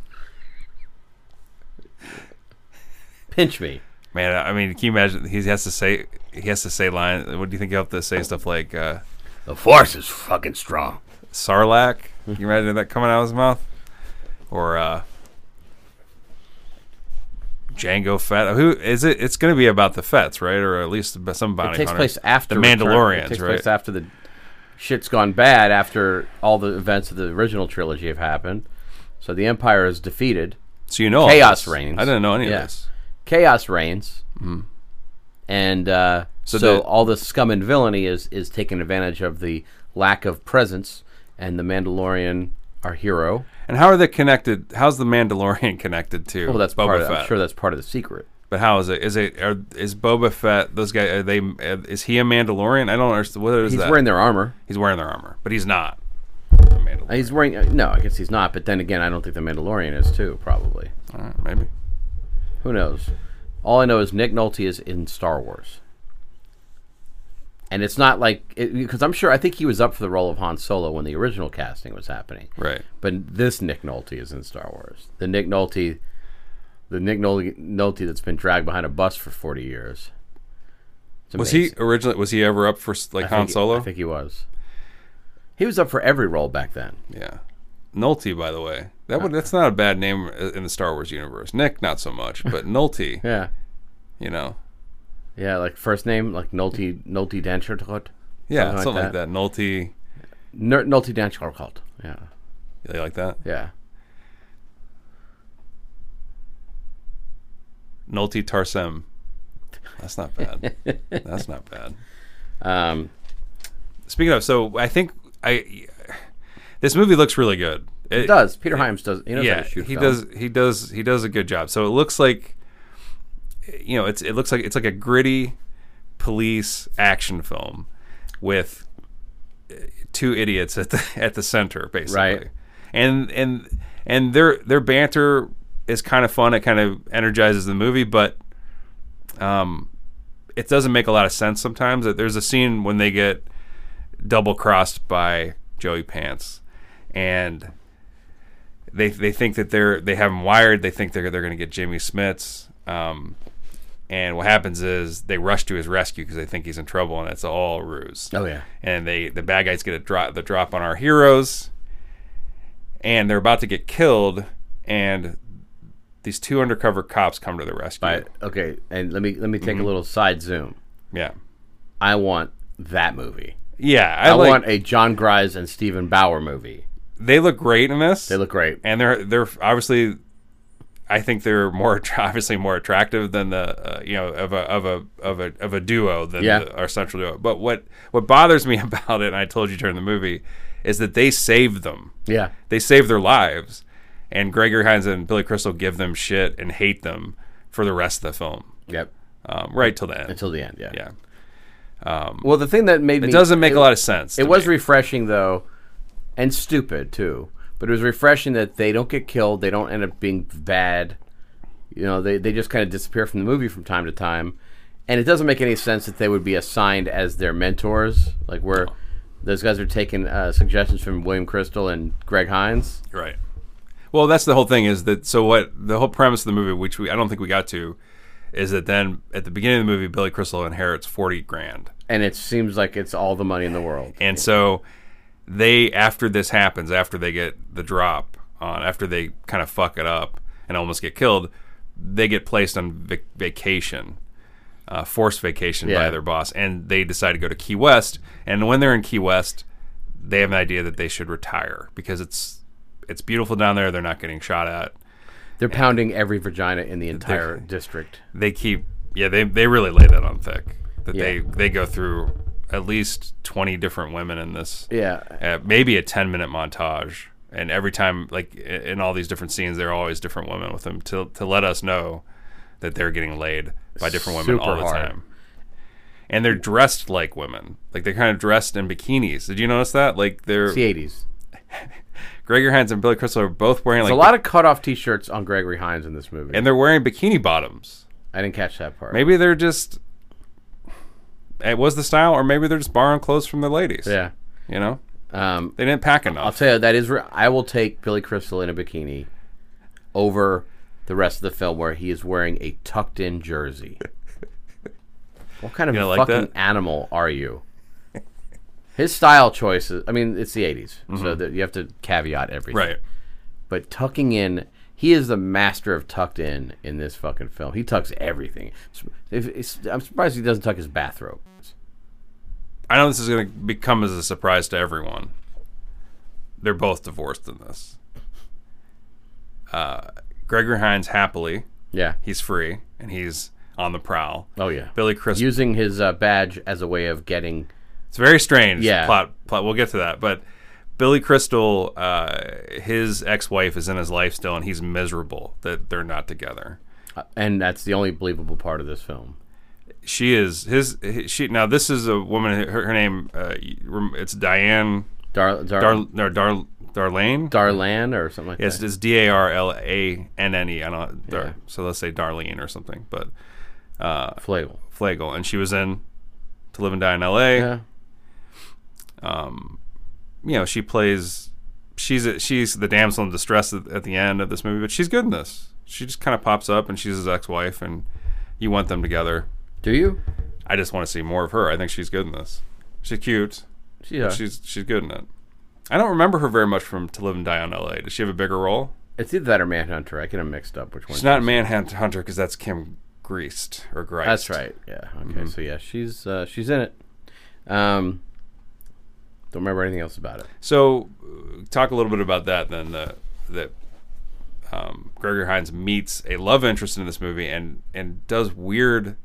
S3: Pinch me.
S4: Man, I mean, can you imagine? He has to say he has to say line. What do you think he'll have to say? Stuff like uh,
S3: The Force is fucking strong.
S4: Sarlacc. Can you imagine that coming out of his mouth? Or uh, Django Fett. Who is it? It's going to be about the Fets, right? Or at least about some bounty
S3: It takes
S4: hunters.
S3: place after
S4: the
S3: Return-
S4: Mandalorians,
S3: it takes
S4: right?
S3: place after the shit's gone bad. After all the events of the original trilogy have happened, so the Empire is defeated.
S4: so you know all
S3: Chaos
S4: this.
S3: reigns.
S4: I didn't know any
S3: Yeah.
S4: of this.
S3: chaos reigns, and uh, so,
S4: Mm-hmm. the-
S3: all the scum and villainy is is taking advantage of the lack of presence, and the Mandalorian, our hero.
S4: And how are they connected? How's the Mandalorian connected to?
S3: Well, that's
S4: Boba
S3: part. Of,
S4: Fett?
S3: I'm sure that's part of the secret.
S4: But how is it? Is it? Are, is Boba Fett? Those guys? Are they? Is he a Mandalorian? I don't understand. What is
S3: He's
S4: that?
S3: wearing their armor.
S4: he's wearing their armor, but he's not. a Mandalorian.
S3: He's wearing uh, no. I guess he's not. But then again, I don't think the Mandalorian is too. Probably.
S4: All right, maybe.
S3: Who knows? All I know is Nick Nolte is in Star Wars. And it's not like because I'm sure I think he was up for the role of Han Solo when the original casting was happening.
S4: Right.
S3: But this Nick Nolte is in Star Wars. The Nick Nolte, the Nick Nolte, Nolte that's been dragged behind a bus for 40 years. It's
S4: Was he
S3: amazing.
S4: originally? Was he ever up for s- like
S3: I
S4: Han
S3: think he-
S4: Solo?
S3: I think he was. He was up for every role back then.
S4: Yeah. Nolte, by the way, that would that's not a bad name uh, in the Star Wars universe. Nick, not so much, but Nolte,
S3: Yeah.
S4: you know,
S3: Yeah, like first name, like Nolte Nolte Danchertot. Something
S4: yeah,
S3: like
S4: something, like that. Nolte,
S3: Ner- Nolte Danchertot. Yeah.
S4: you like that?
S3: Yeah.
S4: Nolte Tarsem. That's not bad. that's not bad.
S3: Um,
S4: Speaking of, so I think I this movie looks really good.
S3: it does. Peter Himes does. He knows how
S4: yeah,
S3: to shoot
S4: he
S3: film.
S4: does. He does. He does a good job. So it looks like, you know, it's it looks like it's like a gritty police action film with uh, two idiots at the at the center, basically.
S3: Right.
S4: And and and their their banter is kind of fun. It kind of energizes the movie, but um, it doesn't make a lot of sense sometimes. That There's a scene when they get double crossed by Joey Pants, and they they think that they're they have him wired. They think they're they're going to get Jamie Smits. Um, and what happens is they rush to his rescue because they think he's in trouble, and it's all a ruse.
S3: Oh, yeah.
S4: And they the bad guys get a drop the drop on our heroes, and they're about to get killed, and these two undercover cops come to the rescue.
S3: But okay, and let me let me take a little side zoom.
S4: Yeah.
S3: I want that movie.
S4: Yeah, I,
S3: I,
S4: like,
S3: want a John Grise and Stephen Bauer movie.
S4: they look great in this.
S3: They look great.
S4: and they're they're obviously I think they're more attra- obviously more attractive than the uh, you know of a of a of a of a duo than
S3: Yeah.
S4: the, our central duo. But what what bothers me about it, and I told you during the movie, is that they save them.
S3: yeah.
S4: They save their lives, and Gregory Hines and Billy Crystal give them shit and hate them for the rest of the film,
S3: Yep.
S4: um, right till the end.
S3: Until the end. Yeah.
S4: yeah,
S3: Well, the thing that made
S4: it
S3: me
S4: doesn't make a lot of sense.
S3: It
S4: to
S3: was
S4: me.
S3: refreshing though, and stupid too. But it was refreshing that they don't get killed. They don't end up being bad. You know, they they just kind of disappear from the movie from time to time, and it doesn't make any sense that they would be assigned as their mentors. Like where those guys are taking uh, suggestions from William Crystal and Greg Hines.
S4: Right. Well, that's the whole thing is that so what the whole premise of the movie, which we I don't think we got to, is that then at the beginning of the movie, Billy Crystal inherits forty grand,
S3: And it seems like it's all the money in the world.
S4: and so they after this happens, after they get the drop on, after they kind of fuck it up and almost get killed, they get placed on vac- vacation. Uh, forced vacation by
S3: Yeah.
S4: their boss, and they decide to go to Key West. And when they're in Key West, they have an idea that they should retire because it's it's beautiful down there. They're not getting shot at.
S3: They're pounding every vagina in the entire district.
S4: they keep yeah they, they really lay that on thick that they they go through at least 20 different women in this
S3: Yeah.
S4: uh, maybe a 10 minute montage and every time like i- in all these different scenes there are always different women with them to, to let us know that they're getting laid by different women
S3: Super
S4: all the
S3: hard.
S4: time and they're dressed like women like they're kind of dressed in bikinis did you notice that like they're
S3: It's the 80s.
S4: gregor hines and billy crystal are both wearing like
S3: There's a lot of cutoff t shirts on Gregory Hines in this movie.
S4: and they're wearing bikini bottoms
S3: I didn't catch that part.
S4: Maybe they're just it was the style, or maybe they're just borrowing clothes from their ladies.
S3: Yeah.
S4: you know
S3: Um,
S4: they didn't pack
S3: I'll
S4: enough.
S3: tell you that is. Re- I will take Billy Crystal in a bikini over the rest of the film where he is wearing a tucked-in jersey. what kind of
S4: You don't like
S3: fucking
S4: that?
S3: animal are you? His style choices. I mean, it's the '80s, so that you have to caveat everything.
S4: Mm-hmm. right,
S3: But tucking in, he is the master of tucked in in this fucking film. He tucks everything. If, it's, I'm surprised he doesn't tuck his bathrobe.
S4: I know this is going to become as a surprise to everyone. They're both divorced in this. Uh, Gregory Hines happily,
S3: Yeah.
S4: he's free and he's on the prowl.
S3: Oh yeah.
S4: Billy Crystal,
S3: Using his uh, badge as a way of getting
S4: It's very strange.
S3: Yeah.
S4: Plot, plot. We'll get to that. But Billy Crystal, uh, his ex-wife is in his life still, and he's miserable that they're not together.
S3: And that's the only believable part of this film.
S4: She is his. hi- She now. This is a woman. Her, her name. Uh, y- rem- it's Diane
S3: Dar, Dar,
S4: Dar, no, Dar Darlane.
S3: Darlan or something like
S4: Yes,
S3: that.
S4: it's D A R L A N N E. I don't. Dar,
S3: Yeah.
S4: So let's say Darlene or something. But
S3: Flagel.
S4: Flagel, and she was in to live and die in L.A.
S3: Yeah.
S4: you know she plays she's a, she's the damsel in distress at, at the end of this movie but she's good in this she just kind of pops up and she's his ex-wife and you want them together
S3: Do you?
S4: i just want to see more of her i think she's good in this she's cute
S3: Yeah.
S4: she's she's good in it I don't remember her very much from To Live and Die on L.A. Does she have a bigger role?
S3: It's either that or Manhunter. I get them mixed up. Which one?
S4: She's not in Manhunter because that's Kim Greased or Greist.
S3: That's right. Yeah. Okay.
S4: Mm-hmm.
S3: So yeah, she's uh, she's in it. Um, don't remember anything else about it.
S4: So, uh, talk a little bit about that. Then the, that um, Gregory Hines meets a love interest in this movie and and does weird,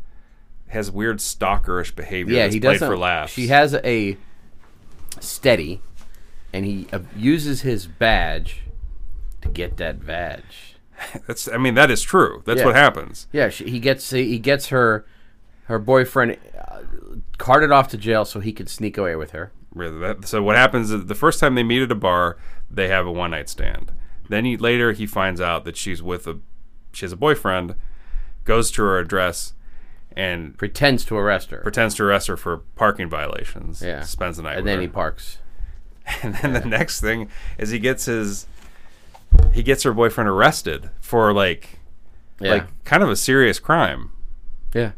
S4: has weird stalkerish behavior.
S3: Yeah,
S4: that's
S3: he
S4: played
S3: doesn't.
S4: for laughs.
S3: She has a steady, and he uh, uses his badge to get that badge.
S4: That's. I mean, that is true. That's
S3: Yeah.
S4: what happens.
S3: Yeah, she, he gets he gets her her boyfriend uh, carted off to jail so he could sneak away with her.
S4: Really, that- So what happens is the first time they meet at a bar, they have a one night stand. Then he, later he finds out that she's with a, she has a boyfriend, goes to her address, and
S3: Pretends to arrest her,
S4: pretends to arrest her for parking violations.
S3: Yeah.
S4: spends the night.
S3: and
S4: with
S3: then
S4: her.
S3: he parks.
S4: And then the next thing is he gets his he gets her boyfriend arrested for like
S3: Yeah.
S4: like kind of a serious crime.
S3: yeah.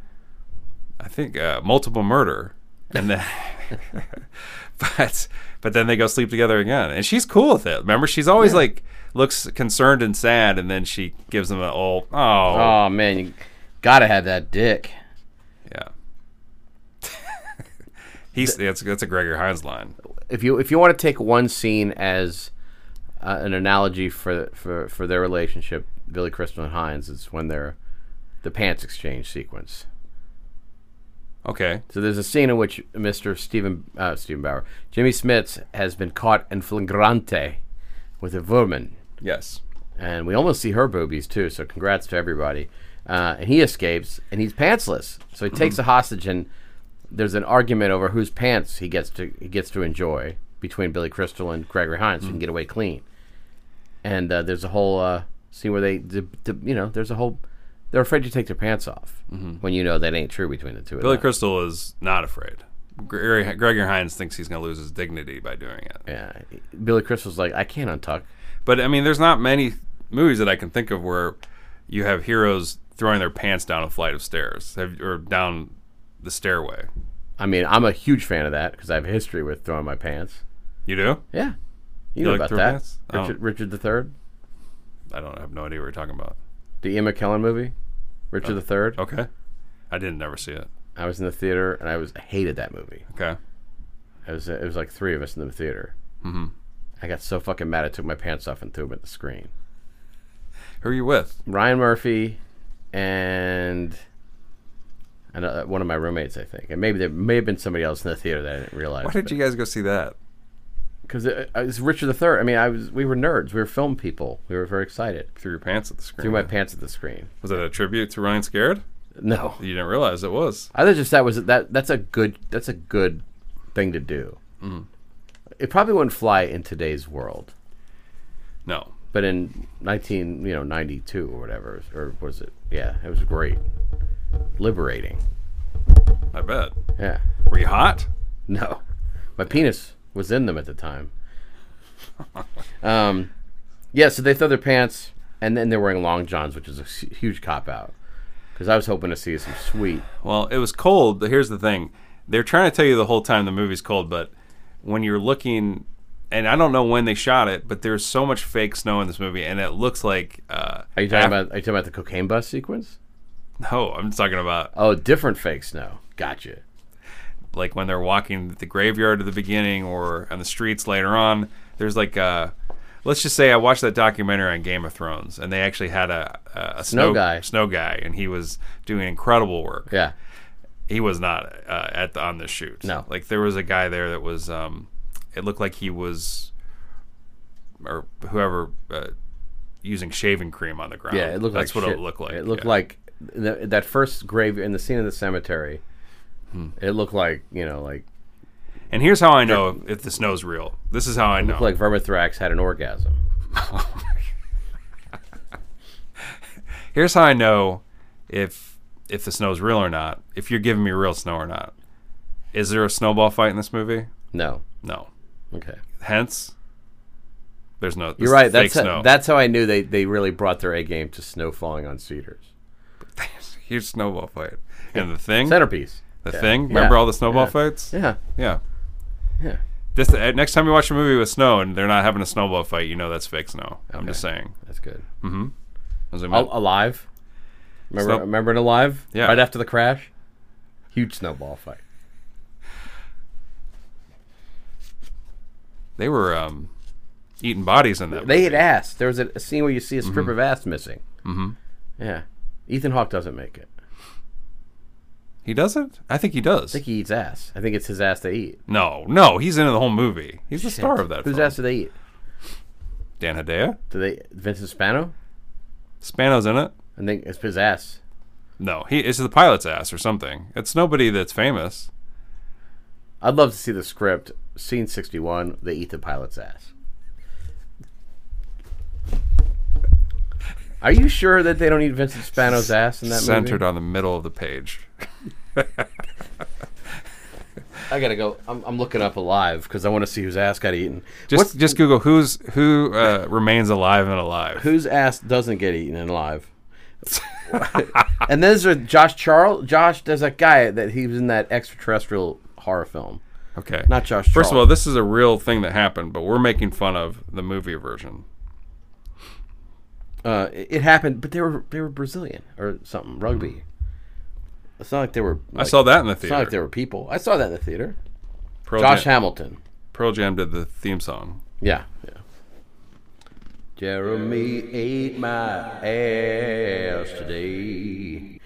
S4: I think uh, multiple murder. And then but but then they go sleep together again. And she's cool with it. Remember she's always like looks concerned and sad and then she gives him an old oh,
S3: Oh man, you gotta have that dick.
S4: yeah. He's that's that's a Gregory Hines line.
S3: if you if you want to take one scene as uh, an analogy for for for their relationship, Billy Crystal and Hines, it's when they're the pants exchange sequence.
S4: Okay.
S3: So there's a scene in which Mr. Stephen uh, Stephen Bauer, Jimmy Smits, has been caught in flagrante with a woman,
S4: Yes.
S3: and we almost see her boobies too. So congrats to everybody. Uh, and he escapes, and he's pantsless. So he takes a hostage, and there's an argument over whose pants he gets to he gets to enjoy between Billy Crystal and Gregory Hines, so he can get away clean. And uh, there's a whole uh, scene where they, d- d- you know, there's a whole, they're afraid to take their pants off when you know that ain't true between the two. of
S4: Mm-hmm. Billy
S3: them.
S4: Crystal is not afraid. Gregory, Gregory Hines thinks he's going to lose his dignity by doing it.
S3: Yeah, Billy Crystal's like, I can't untuck.
S4: But I mean, there's not many movies that I can think of where you have heroes throwing their pants down a flight of stairs have- or down the stairway.
S3: I mean, I'm a huge fan of that because I have a history with throwing my pants.
S4: You do?
S3: Yeah, you, know
S4: like
S3: about
S4: throw
S3: that,
S4: pants? Oh. I don't-
S3: Richard, Richard the Third.
S4: I don't I have no idea what you're talking about.
S3: the Ian McKellen movie, Richard
S4: Oh.
S3: the Third.
S4: Okay. I didn't never see it.
S3: I was in the theater and I was I hated that movie.
S4: Okay.
S3: It was it was like three of us in the theater. Mm-hmm. I got so fucking mad I took my pants off and threw them at the screen.
S4: Who are you with?
S3: Ryan Murphy and and uh, one of my roommates, I think, and maybe there may have been somebody else in the theater that I didn't realize.
S4: Why did you guys go see that?
S3: Because it, it was Richard the Third. I mean, I was we were nerds. We were film people. We were very excited.
S4: Threw your pants at the screen.
S3: Threw my pants at the screen.
S4: was that a tribute to Running Scared?
S3: No,
S4: You didn't realize it was.
S3: I thought just that was that. That's a good. That's a good thing to do. It probably wouldn't fly in today's world,
S4: No.
S3: but in nineteen, you know, ninety two or whatever, or was it? Yeah, it was great, liberating.
S4: I bet.
S3: Yeah,
S4: Were you hot?
S3: no, my penis was in them at the time. um, yeah, so they throw their pants, and then they're wearing long johns, which is a hu- huge cop out. Because I was hoping to see some sweet.
S4: Well, it was cold. But here's the thing: they're trying to tell you the whole time the movie's cold, but when you're looking, and I don't know when they shot it, but there's so much fake snow in this movie, and it looks like. Uh,
S3: Are you talking about? Are you talking about the cocaine bus sequence?
S4: No, I'm talking about
S3: Oh, different fake snow. Gotcha.
S4: like when they're walking the graveyard at the beginning or on the streets later on. There's like uh Let's just say I watched that documentary on Game of Thrones, and they actually had a, a
S3: Snow guy.
S4: snow guy, and he was doing incredible work.
S3: Yeah.
S4: he was not uh, at the, on the shoot.
S3: No.
S4: like there was a guy there that was. Um, it looked like he was, or whoever, uh, using shaving cream on the ground.
S3: Yeah, it looked
S4: Oh, That's
S3: like
S4: what
S3: shit.
S4: it looked like.
S3: It looked
S4: yeah.
S3: like th- that first grave in the scene in the cemetery.
S4: Hmm.
S3: It looked like you know, like
S4: And here's how I know if the snow's real. This is how I know.
S3: like Vermithrax had an orgasm.
S4: here's how I know if if the snow's real or not. If you're giving me real snow or not. Is there a snowball fight in this movie?
S3: No,
S4: No.
S3: okay,
S4: Hence, there's no. this
S3: you're right.
S4: is
S3: That's
S4: fake
S3: how,
S4: snow.
S3: that's how I knew they they really brought their A game to snow falling on cedars.
S4: huge snowball fight. And the thing,
S3: Centerpiece.
S4: the
S3: Yeah.
S4: thing. Remember
S3: Yeah.
S4: all the snowball
S3: Yeah.
S4: fights?
S3: Yeah,
S4: Yeah.
S3: yeah.
S4: This, uh, next time you watch a movie with snow and they're not having a snowball fight, you know that's fake snow. I'm just saying.
S3: That's good.
S4: I was like,
S3: Al- alive. Remember,
S4: Hmm. Snow-
S3: remember it alive?
S4: Yeah.
S3: Right after the crash, huge snowball fight.
S4: they were um, eating bodies in that.
S3: They
S4: movie.
S3: had ass. There was a, a scene where you see a strip of ass missing. Mm-hmm. Yeah. Ethan Hawke doesn't make it. I
S4: He doesn't. I think he does.
S3: think he eats ass. I think it's his ass they eat.
S4: no, no, he's in the whole movie. He's the star of that.
S3: Whose
S4: film.
S3: ass do they eat?
S4: Dan Hedaya.
S3: Do they Vincent Spano?
S4: Spano's in it.
S3: I think it's his ass.
S4: No, he it's the pilot's ass or something. It's nobody that's famous.
S3: I'd love to see the script. Scene sixty-one. They eat the pilot's ass. Are you sure that they don't eat Vincent Spano's ass in that
S4: centered
S3: movie?
S4: on the middle of the page.
S3: I gotta go. I'm, I'm looking up alive because I want to see whose ass got eaten.
S4: Just just Google who's who uh, remains alive and alive.
S3: whose ass doesn't get eaten and alive? and then there's a Josh Charles. Josh, there's a guy that he was in that extraterrestrial horror film.
S4: Okay,
S3: Not Josh.
S4: First of
S3: Charles.
S4: all, this is a real thing that happened, but we're making fun of the movie version.
S3: uh, it, it happened, but they were they were Brazilian or something rugby. It's not like they were.
S4: I saw that in the
S3: It's
S4: theater.
S3: not like they were people. I saw that in the theater.
S4: Pearl
S3: Josh
S4: Jam,
S3: Hamilton.
S4: Pearl Jam did the theme song.
S3: Yeah. Yeah. Jeremy ate my ass today.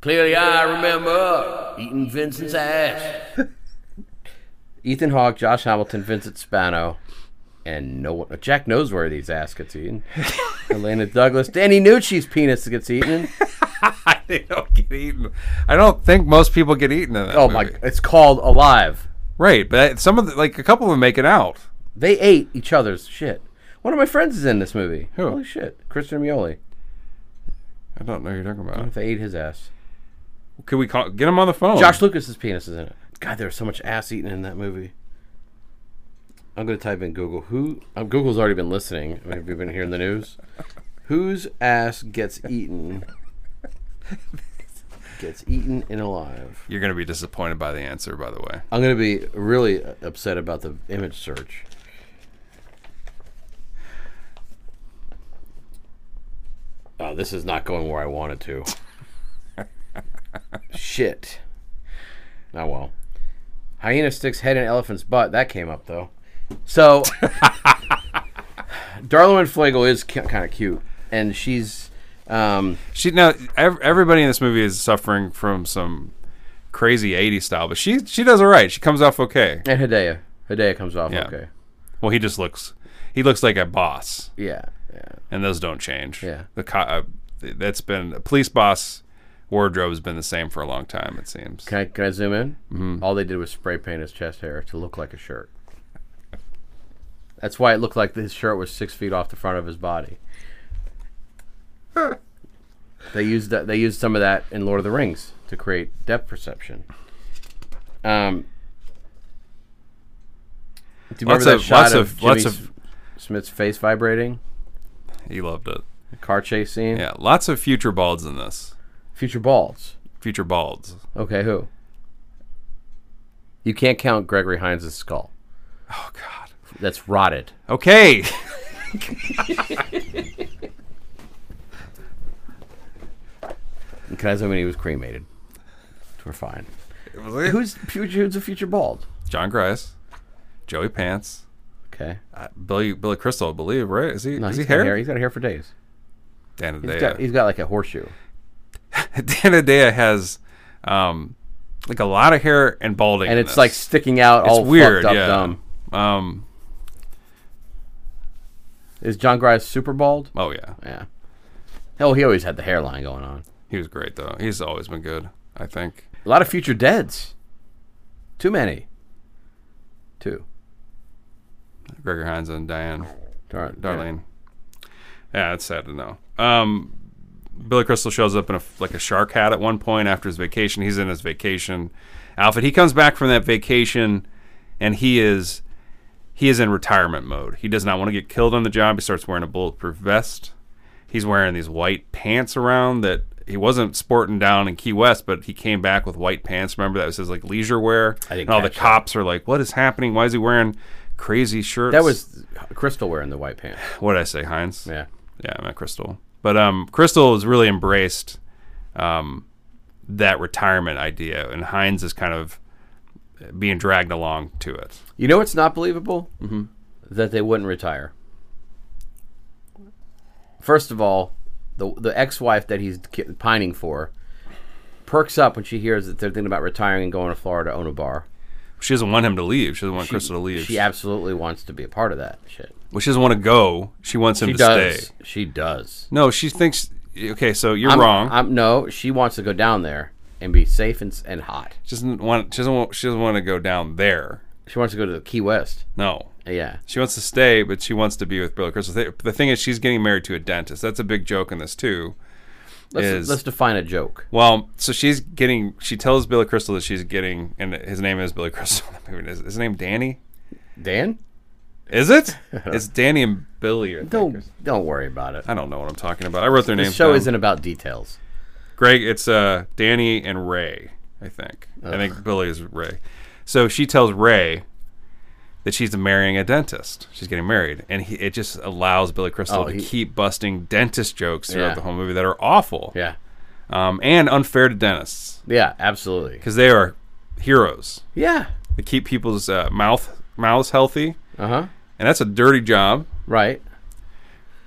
S3: Clearly, I remember eating Vincent's ass. Ethan Hawke, Josh Hamilton, Vincent Spano, and no one. Jack knows where these ass gets eaten. Elena Douglas, Danny Nucci's penis gets eaten.
S4: they don't get eaten. I don't think most people get eaten in that.
S3: Oh
S4: movie.
S3: my! It's called Alive.
S4: Right, but some of the, like a couple of them make it out.
S3: They ate each other's shit. One of my friends is in this movie.
S4: Who?
S3: Holy shit! Christian Mioli.
S4: I don't know who you're talking about.
S3: They ate his ass.
S4: Could we call, get him on the phone?
S3: Josh Lucas's penis is in it. God, there's so much ass eating in that movie. I'm gonna type in Google. Who? Um, Google's already been listening. I mean, have you been hearing the news? Whose ass gets eaten? Gets eaten and alive.
S4: you're gonna be disappointed by the answer. By the way,
S3: I'm gonna be really upset about the image search. Oh, this is not going where I wanted to. Shit. Oh well. Hyena sticks head in elephant's butt. That came up though. So, Darla Flagel is kind of cute, and she's um,
S4: she now ev- everybody in this movie is suffering from some crazy '80s style, but she she does all right. She comes off okay.
S3: and Hideo. Hideo comes off
S4: Yeah.
S3: okay.
S4: Well, he just looks he looks like a boss.
S3: Yeah, yeah.
S4: and those don't change.
S3: Yeah.
S4: the co- uh, th- that's been a police boss wardrobe has been the same for a long time. It seems.
S3: Can I, can I zoom in? Mm-hmm. All they did was spray paint his chest hair to look like a shirt. That's why it looked like his shirt was six feet off the front of his body. they used that. They used some of that in Lord of the Rings to create depth perception. Um, do you remember
S4: Lots
S3: that
S4: of-
S3: shot
S4: lots
S3: of,
S4: of-
S3: Jimmy
S4: lots
S3: S-
S4: of-
S3: Smith's face vibrating?
S4: He loved it.
S3: The car chase scene.
S4: Yeah, lots of future balds in this.
S3: Future balls.
S4: Future balds.
S3: Okay, who? You can't count Gregory Hines' skull.
S4: Oh God.
S3: That's rotted.
S4: Okay.
S3: Can I say when he was cremated? We're fine.
S4: Who's
S3: Who's future? Who's a future bald?
S4: John Grice, Joey Pants,
S3: Okay.
S4: uh, Billy Billy Crystal, I believe. Right? Is he?
S3: No,
S4: is he
S3: he's got
S4: hair?
S3: He's got hair for days.
S4: Dan
S3: He's
S4: Hedaya.
S3: got he's got like a horseshoe.
S4: Dan Hedaya has um, like a lot of hair and balding,
S3: And
S4: in
S3: it's like
S4: this.
S3: sticking out all
S4: weird,
S3: fucked up
S4: yeah.
S3: dumb.
S4: um,
S3: Is John Grice super bald?
S4: oh yeah,
S3: Yeah. Hell, he always had the hairline going on.
S4: he was great though. He's always been good. I think.
S3: A lot of future deads. Too many. Two.
S4: Gregor Hines and Diane
S3: Dar-
S4: Darlene. Yeah, it's sad to know. Um, Billy Crystal shows up in a like a shark hat at one point after his vacation. He's in his vacation outfit. He comes back from that vacation, and he is he is in retirement mode. He does not want to get killed on the job. He starts wearing a bulletproof vest. He's wearing these white pants around that he wasn't sporting down in Key West, but he came back with white pants. Remember that was his like leisure wear.
S3: I didn't
S4: and all the
S3: catch that.
S4: cops are like, "What is happening? Why is he wearing crazy shirts?"
S3: That was Crystal wearing the white pants.
S4: what did I say, Heinz?
S3: Yeah.
S4: yeah, I meant Crystal. But um, Crystal has really embraced um, that retirement idea, and Heinz is kind of being dragged along to it.
S3: You know what's not believable? Mm-hmm. That they wouldn't retire. First of all, the the ex-wife that he's ki- pining for perks up when she hears that they're thinking about retiring and going to Florida to own a bar.
S4: She doesn't want him to leave. She doesn't want Crystal to leave.
S3: She absolutely wants to be a part of that shit.
S4: well, she doesn't want to go. She wants him
S3: She
S4: to
S3: does.
S4: stay.
S3: She does.
S4: No, she thinks. Okay, so you're
S3: I'm-
S4: wrong.
S3: I'm, no, she wants to go down there and be safe and, s- and hot.
S4: she doesn't want. She doesn't want. She doesn't want to go down there.
S3: She wants to go to the Key West.
S4: No,
S3: Yeah.
S4: She wants to stay, but she wants to be with Billy Crystal. The- The thing is, she's getting married to a dentist. That's a big joke in this too.
S3: Let's,
S4: Is-
S3: let's define a joke.
S4: Well, so she's getting. She tells Billy Crystal that she's getting, and his name is Billy Crystal. I mean, is is his name Danny?
S3: Dan?
S4: Is it? it's Danny and Billy. I, think.
S3: Don't, don't worry about it.
S4: I don't know what I'm talking about. I wrote their
S3: The
S4: names.
S3: show
S4: down.
S3: isn't about details.
S4: Greg, it's uh, Danny and Ray, I think. I think Billy is Ray. So she tells Ray that she's marrying a dentist. She's getting married. And he, it just allows Billy Crystal
S3: Oh,
S4: to
S3: he-
S4: keep busting dentist jokes throughout
S3: Yeah.
S4: the whole movie that are awful
S3: Yeah.
S4: um, and unfair to dentists
S3: Yeah, absolutely.
S4: because they are heroes.
S3: Yeah.
S4: They keep people's uh, mouth mouths healthy.
S3: Uh huh.
S4: And that's a dirty job.
S3: Right.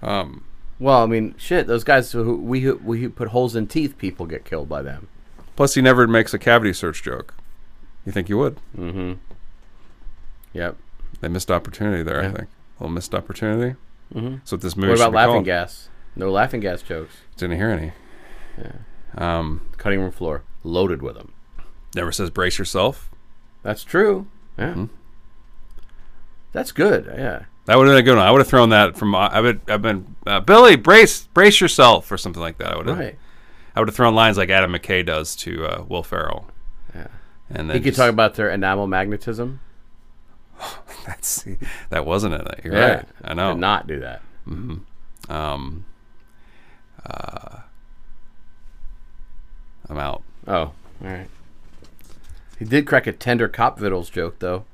S4: Um,
S3: Well, I mean, shit. Those guys who we who- we who put holes in teeth, people get killed by them.
S4: plus, he never makes a cavity search joke. You think he would?
S3: Yep.
S4: They missed opportunity there, I think. A little missed opportunity. Mm-hmm. So this movie
S3: What
S4: should
S3: about
S4: be
S3: laughing
S4: called.
S3: gas? No laughing gas jokes.
S4: Didn't hear any. Um,
S3: Cutting room floor loaded with them.
S4: never says brace yourself.
S3: That's true. Yeah.
S4: Mm-hmm.
S3: That's good. Yeah.
S4: That would have been a good one. I would have thrown that from. I would. I've been uh, Billy. Brace, brace yourself, or something like that. I would. have.
S3: Right.
S4: I would have thrown lines like Adam McKay does to uh, Will Ferrell.
S3: Yeah.
S4: And then
S3: You could
S4: just-
S3: talk about their enamel magnetism.
S4: that's that wasn't it. You're
S3: Yeah.
S4: right. I know.
S3: Did not do that.
S4: Um. Uh, I'm out.
S3: Oh. All right. He did crack a tender cop vittles joke though.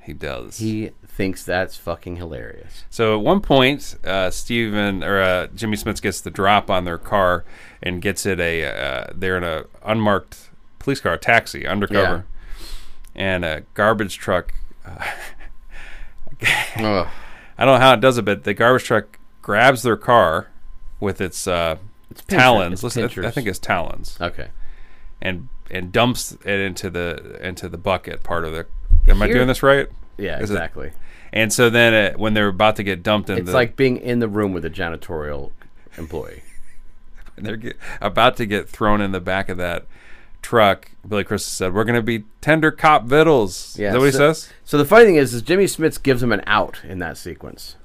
S4: He does.
S3: He thinks that's fucking hilarious.
S4: So at one point, uh, Steven or uh, Jimmy Smith gets the drop on their car and gets it a. Uh, they're in a unmarked police car, a taxi, undercover, and a garbage truck.
S3: Ugh.
S4: I don't know how it does it, but the garbage truck grabs their car with its, uh,
S3: pincher-
S4: talons.
S3: it's Uh,
S4: Listen, I, th- I
S3: pinchers.
S4: think it's talons,
S3: Okay.
S4: and and dumps it into the into the bucket part of the. Am I
S3: Here-
S4: doing this right?
S3: Yeah.
S4: Is it-
S3: exactly.
S4: And so then, it, when they're about to get dumped in,
S3: It's
S4: the,
S3: like being in the room with a janitorial employee.
S4: and they're get, about to get thrown in the back of that truck. Billy Crystal said, "We're going to be tender cop vittles."
S3: Yeah,
S4: is that what he
S3: so-
S4: says?
S3: So the funny thing is, is Jimmy Smits gives him an out in that sequence.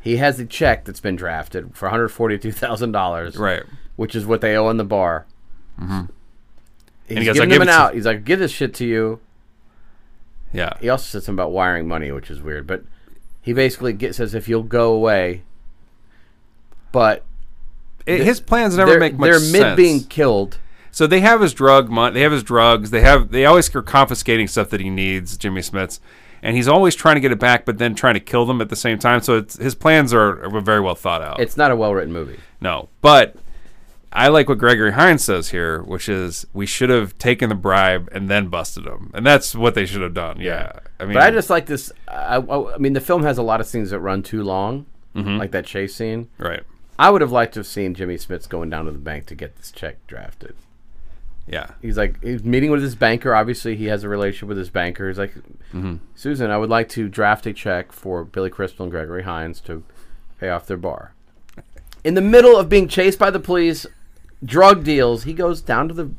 S3: He has the check that's been drafted for one hundred forty-two thousand dollars,
S4: Right.
S3: Which is what they owe in the bar. He's
S4: And he goes, "I'll
S3: giving
S4: give
S3: him an
S4: it to-
S3: out. He's like, "Give this shit to you."
S4: Yeah.
S3: He also says something about wiring money, which is weird, but he basically get, says, "If you'll go away," but
S4: It- his plans never
S3: they're,
S4: make much
S3: they're
S4: sense.
S3: mid being killed.
S4: So they have his drug money. They have his drugs. They have they always are confiscating stuff that he needs. Jimmy Smith's, and he's always trying to get it back, but then trying to kill them at the same time. So it's, his plans are, are very well thought out.
S3: It's not a well-written movie.
S4: no, but I like what Gregory Hines says here, which is we should have taken the bribe and then busted him, and that's what they should have done. Yeah, I mean,
S3: But I just like this. I, I, I mean, the film has a lot of scenes that run too long,
S4: Mm-hmm.
S3: like that chase scene.
S4: right.
S3: I would have liked to have seen Jimmy Smith's going down to the bank to get this check drafted.
S4: Yeah,
S3: He's like he's meeting with his banker. Obviously, he has a relationship with his banker. He's like,
S4: Mm-hmm.
S3: Susan, I would like to draft a check for Billy Crystal and Gregory Hines to pay off their bar. In the middle of being chased by the police, drug deals, he goes down to the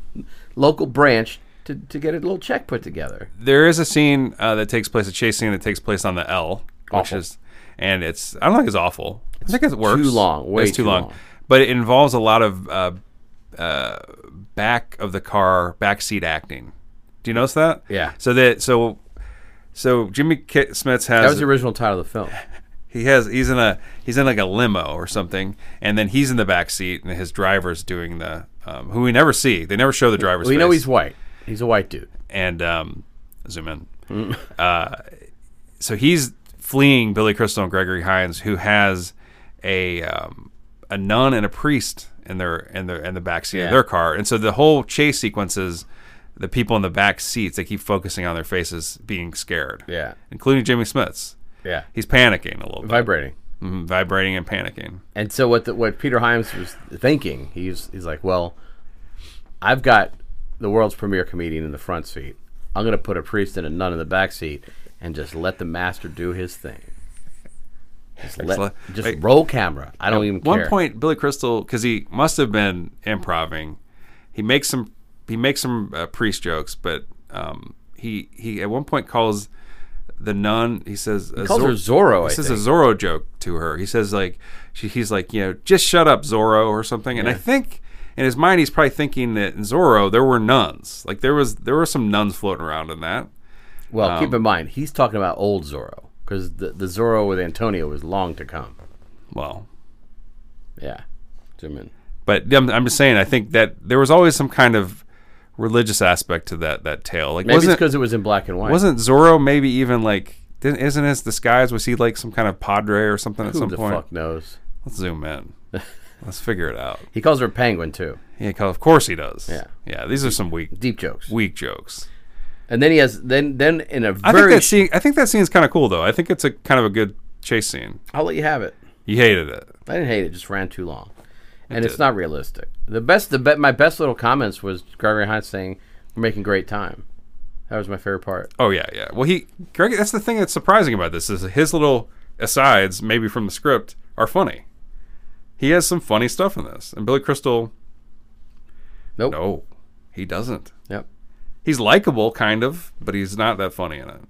S3: local branch to, to get a little check put together.
S4: there is a scene uh, that takes place, a chase scene that takes place on the L,
S3: Awful.
S4: which is, and it's I don't think it's awful. I think it works.
S3: long, way
S4: it's too,
S3: too
S4: long.
S3: long.
S4: but it involves a lot of uh, uh, back of the car backseat acting. Do you notice that?
S3: Yeah.
S4: So that so so Jimmy K- Smith has
S3: That was the original title of the film.
S4: He has he's in a he's in like a limo or something, and then he's in the back seat, and his driver's doing the um, who we never see. They never show the driver's.
S3: We know
S4: face
S3: he's white. He's a white dude.
S4: and um, zoom in. Uh,
S3: Mm.
S4: so he's fleeing Billy Crystal and Gregory Hines, who has a um, a nun and a priest in their in their in the back seat
S3: Yeah.
S4: of their car, and so the whole chase sequences, the people in the back seats, they keep focusing on their faces being scared,
S3: Yeah.
S4: including Jimmy Smith's.
S3: Yeah.
S4: He's panicking a little bit,
S3: Vibrating.
S4: Mhm, vibrating and panicking.
S3: And so what the, what Peter Himes was thinking, he's he's like, well, I've got the world's premier comedian in the front seat. I'm going to put a priest and a nun in the back seat and just let the master do his thing. Just, let,
S4: Excellent.
S3: just
S4: Wait.
S3: roll camera. I don't even
S4: At one
S3: care.
S4: point, Billy Crystal, because he must have been improving, he makes some he makes some uh, priest jokes, but um, he he at one point calls the nun. He says he
S3: calls her Zorro, I
S4: He says
S3: think.
S4: a Zorro joke to her. He says like she, he's like you know just shut up Zorro or something. And I think in his mind he's probably thinking that in Zorro there were nuns. Like there was there were some nuns floating around in that.
S3: well,
S4: um,
S3: keep in mind, he's talking about old Zorro because the, the Zorro with Antonio was long to come.
S4: Well,
S3: Yeah. Zoom in.
S4: But I'm, I'm just saying, I think that there was always some kind of religious aspect to that that tale. Like
S3: Maybe it's
S4: wasn't
S3: because it was in black and white.
S4: wasn't Zorro maybe even like didn't, isn't his disguise was he like some kind of padre or something at
S3: Who
S4: some
S3: the
S4: point?
S3: fuck knows?
S4: Let's zoom in. Let's figure it out.
S3: He calls her Penguin too.
S4: Yeah, 'cause of course he does.
S3: Yeah.
S4: yeah. These are some weak
S3: Deep jokes.
S4: weak jokes.
S3: And then he has then then in a very
S4: I think that scene. I think that scene's kind of cool though. I think it's a kind of a good chase scene.
S3: I'll let you have it.
S4: You hated it.
S3: I didn't hate it; just ran too long, and it's not realistic. The best, the be- my best little comments was Gregory Hines saying, "We're making great time." That was my favorite part.
S4: Oh yeah, yeah. Well, he Greg. That's the thing that's surprising about this is his little asides, maybe from the script, are funny. He has some funny stuff in this, and Billy Crystal.
S3: Nope.
S4: No, he doesn't.
S3: Yep.
S4: He's likable, kind of, but he's not that funny in it.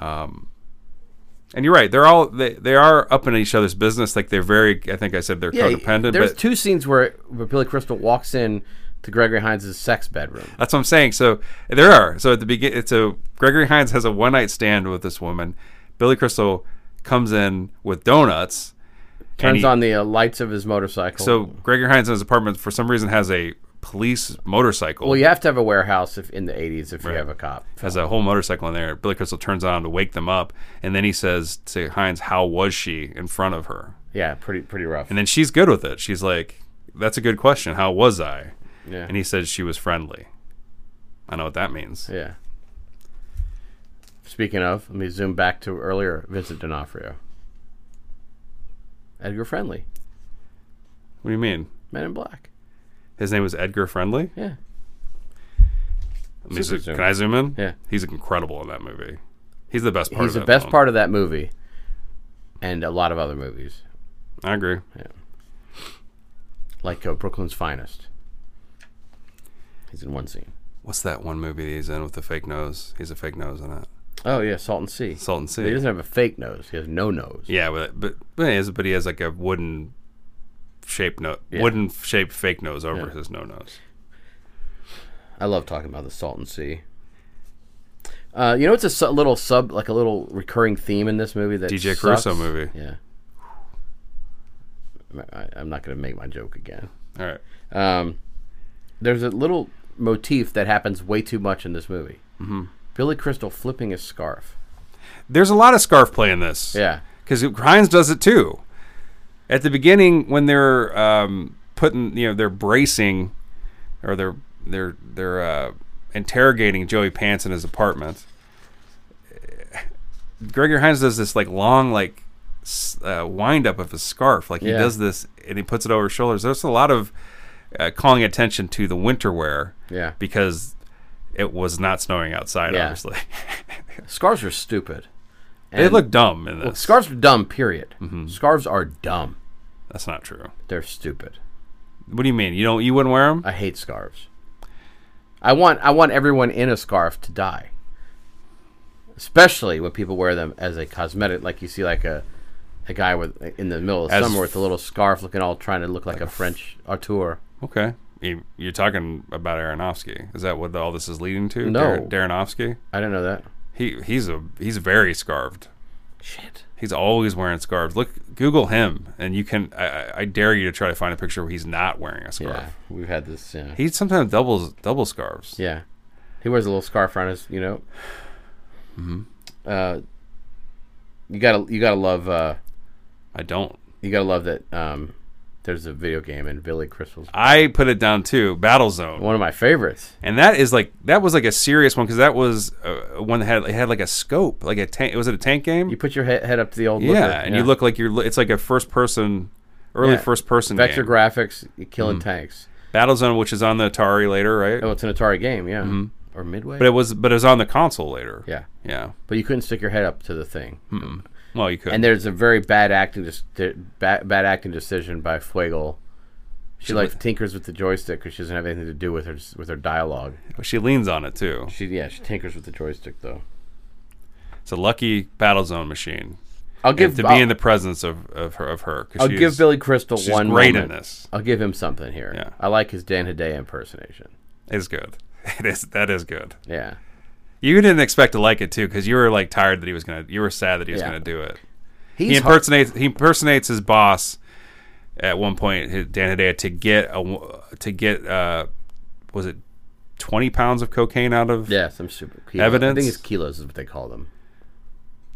S4: Um, and you're right. They're all they, they are up in each other's business. Like they're very. I think I said they're codependent.
S3: There's
S4: but
S3: two scenes where, where Billy Crystal walks in to Gregory Hines' sex bedroom.
S4: That's what I'm saying. So there are. So at the beginning, so Gregory Hines has a one night stand with this woman. Billy Crystal comes in with donuts. and
S3: Turns
S4: he-
S3: on the uh, lights of his motorcycle.
S4: So Gregory Hines in his apartment for some reason has a police motorcycle.
S3: well, you have to have a warehouse if in the '80s if you have a cop.
S4: Has a whole motorcycle in there. Billy Crystal turns on to wake them up, and then he says to Hines, "How was she in front of her?"
S3: Yeah, pretty pretty rough.
S4: And then she's good with it. She's like, "That's a good question. How was I?"
S3: yeah.
S4: And he says she was friendly. I know what that means.
S3: Yeah. Speaking of, let me zoom back to earlier Vincent D'Onofrio. Edgar Friendly,
S4: What do you mean?
S3: Men in Black.
S4: His name was Edgar Friendly.
S3: Yeah.
S4: I
S3: Super
S4: mean, he's a-
S3: zoom.
S4: can I zoom in?
S3: Yeah.
S4: He's incredible in that movie. He's the best part.
S3: He's
S4: of
S3: the
S4: that
S3: best
S4: film.
S3: part of that movie and a lot of other movies,
S4: I agree.
S3: like uh, Brooklyn's Finest. He's in one scene.
S4: What's that one movie that he's in with the fake nose? He's a fake nose in it.
S3: Oh, yeah, Salt and Sea.
S4: Salt and Sea.
S3: But He doesn't have a fake nose, he has no nose.
S4: Yeah, but but but he has, but he has like a wooden shaped no
S3: Yeah.
S4: wooden shaped fake nose over
S3: Yeah.
S4: his no nose.
S3: I love talking about the Salt and Sea. Uh, you know, it's a su- little sub, like a little recurring theme in this movie that
S4: DJ
S3: sucks?
S4: Caruso movie.
S3: Yeah. I, I'm not going to make my joke again.
S4: All right.
S3: Um, there's a little motif that happens way too much in this movie. Mm-hmm. Billy Crystal flipping his scarf.
S4: There's a lot of scarf play in this.
S3: Yeah.
S4: because Hines does it too. At the beginning, when they're um, putting, you know, they're bracing or they're they're they're uh, interrogating Joey Pants in his apartment. Gregory Hines does this like long like s- uh, wind up of his scarf, like he
S3: Yeah.
S4: does this and he puts it over his shoulders. There's a lot of uh, calling attention to the winter wear,
S3: Yeah.
S4: because it was not snowing outside.
S3: Yeah.
S4: Obviously,
S3: Scarves are stupid.
S4: they look Mm-hmm. dumb in this.
S3: Scarves are dumb, period. Scarves are dumb.
S4: That's not true.
S3: They're stupid.
S4: What do you mean? You don't? You wouldn't wear them?
S3: I hate scarves. I want I want everyone in a scarf to die. Especially when people wear them as a cosmetic, like you see, like a a guy with in the middle of
S4: As
S3: summer with
S4: f-
S3: a little scarf, looking all trying to look like, a French artur.
S4: Okay. You- You're talking about Aronofsky. Is that what all this is leading to?
S3: No.
S4: Dar- Darrenofsky.
S3: I didn't know that.
S4: He he's a he's very scarved.
S3: Shit.
S4: He's always wearing scarves. Look, Google him, and you can. I- I, I dare you to try to find a picture where he's not wearing a scarf.
S3: Yeah, we've had this. Yeah.
S4: He sometimes doubles double scarves.
S3: yeah. He wears a little scarf around his, you know. Mm-hmm. Uh, you gotta, you gotta love, uh,
S4: I don't.
S3: you gotta love that. Um, there's a video game and Billy Crystal's
S4: I put it down too. Battle Zone.
S3: one of my favorites.
S4: and that is like that was like a serious one because that was uh, one that had it had like a scope, like a tank. Was it a tank game?
S3: You put your head, head up to the old
S4: yeah,
S3: looker,
S4: and you look like you're. li- It's like a first person, early
S3: Yeah.
S4: first person
S3: vector
S4: game.
S3: graphics, you're killing
S4: Mm-hmm.
S3: tanks.
S4: Battle Zone, which is on the Atari later, right?
S3: Oh, it's an Atari game, yeah, or Midway.
S4: Mm-hmm. But it was, but it was on the console later.
S3: yeah,
S4: yeah.
S3: but you couldn't stick your head up to the thing.
S4: Mm-hmm. Well, you could.
S3: And there's a very bad acting, de- bad, bad acting decision by Fuegel. She like tinkers with the joystick because she doesn't have anything to do with her with her dialogue.
S4: she leans on it too.
S3: She yeah, she tinkers with the joystick though.
S4: It's a lucky Battle Zone machine.
S3: I'll give
S4: And to
S3: I'll,
S4: be in the presence of of her of her. 'cause
S3: I'll
S4: she
S3: give
S4: is-
S3: Billy Crystal
S4: she's
S3: one
S4: great
S3: moment.
S4: in this.
S3: I'll give him something here.
S4: Yeah.
S3: I like his Dan Hiday impersonation.
S4: It's good. It is that is good.
S3: Yeah.
S4: You didn't expect to like it too, because you were like tired that he was gonna. You were sad that he was
S3: Yeah.
S4: gonna do it.
S3: He's
S4: he
S3: hard-
S4: impersonates he impersonates his boss at one point, his- Dan Hedaya, to get a wo- to get uh, was it twenty pounds of cocaine out of
S3: yeah, some super kilos. I
S4: Evidence?
S3: think it's kilos is what they call them.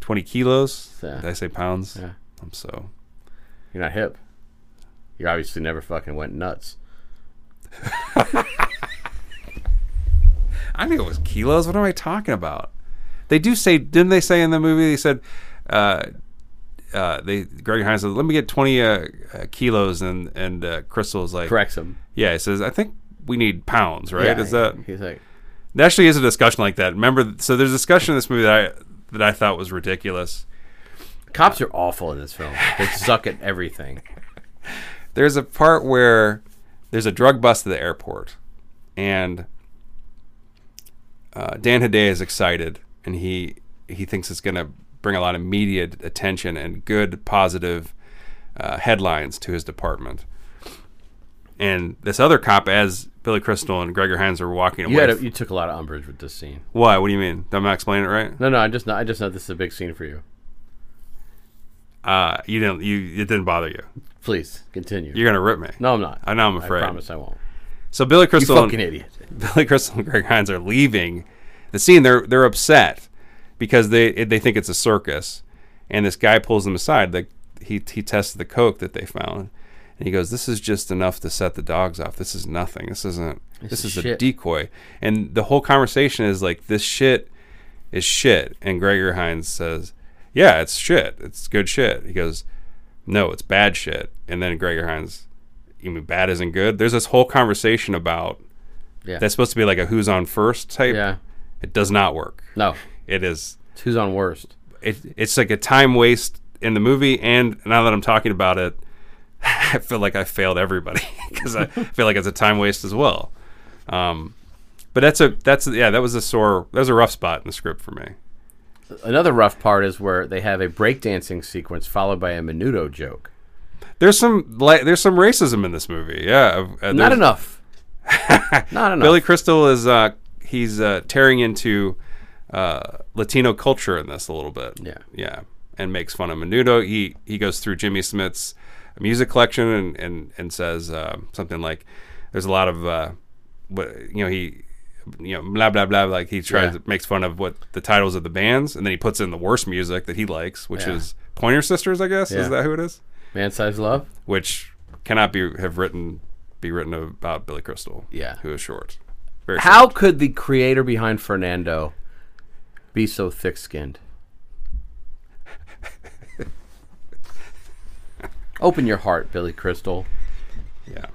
S4: twenty kilos?
S3: Yeah.
S4: Did I say pounds?
S3: Yeah.
S4: I'm so
S3: You're not hip. You obviously never fucking went nuts.
S4: I knew it was kilos. What am I talking about? They do say, didn't they say in the movie? They said, uh, uh, they Greg Hines said, "Let me get twenty uh, uh, kilos," and and uh, Crystal's like,
S3: Corrects him.
S4: Yeah, he says, "I think we need pounds, right?"
S3: Yeah,
S4: Is that
S3: he's like
S4: There actually is a discussion like that. Remember, so there's a discussion in this movie that I that I thought was ridiculous.
S3: cops are awful in this film. They suck at everything.
S4: There's a part where there's a drug bust at the airport, and uh, Dan Hiday is excited, and he he thinks it's going to bring a lot of media attention and good positive uh, headlines to his department. And this other cop, as Billy Crystal and Gregor Hines were walking away,
S3: You had a, you took a lot of umbrage with this scene.
S4: why? What do you mean? I'm not explaining it right.
S3: No, no, I just know, I just know this is a big scene for you.
S4: Uh, you didn't. You it didn't bother you.
S3: Please continue.
S4: You're gonna rip me.
S3: no, I'm not.
S4: I know. I'm
S3: I
S4: afraid.
S3: promise I won't.
S4: so Billy
S3: You
S4: Crystal,
S3: fucking
S4: and,
S3: idiot.
S4: Billy Crystal and Greg Hines are leaving the scene. They're they're upset because they they think it's a circus, and this guy pulls them aside. Like he he tests the coke that they found, and he goes, "This is just enough to set the dogs off. This is nothing. This isn't. This,
S3: is
S4: is, a
S3: shit."
S4: decoy." And the whole conversation is like, "This shit is shit." And Gregor Hines says, "Yeah, it's shit. It's good shit." He goes, "No, it's bad shit." And then Gregor Hines. You mean bad isn't good? There's this whole conversation about
S3: Yeah.
S4: that's supposed to be like a who's on first type.
S3: yeah.
S4: It does not work.
S3: No.
S4: It is
S3: It's who's on worst.
S4: it, it's like a time waste in the movie and now that I'm talking about it I feel like I failed everybody cuz I feel like it's a time waste as well. Um but that's a that's yeah, that was a sore that was a rough spot in the script for me.
S3: Another rough part is where they have a breakdancing sequence followed by a menudo joke.
S4: There's some like there's some racism in this movie. Yeah, uh,
S3: Not
S4: there's-
S3: enough. Not enough.
S4: Billy Crystal is uh he's uh tearing into uh Latino culture in this a little bit.
S3: Yeah.
S4: Yeah. And makes fun of Menudo. He he goes through Jimmy Smith's music collection and and and says uh, something like there's a lot of uh what you know he you know blah blah blah like he tries
S3: Yeah.
S4: makes fun of what the titles of the bands and then he puts in the worst music that he likes which
S3: Yeah.
S4: is Pointer Sisters I guess
S3: Yeah.
S4: is that who it is
S3: Man size love.
S4: which cannot be have written be written about Billy Crystal
S3: Yeah.
S4: who is short very short.
S3: How could the creator behind Fernando be so thick skinned? Open your heart, Billy Crystal.
S4: Yeah.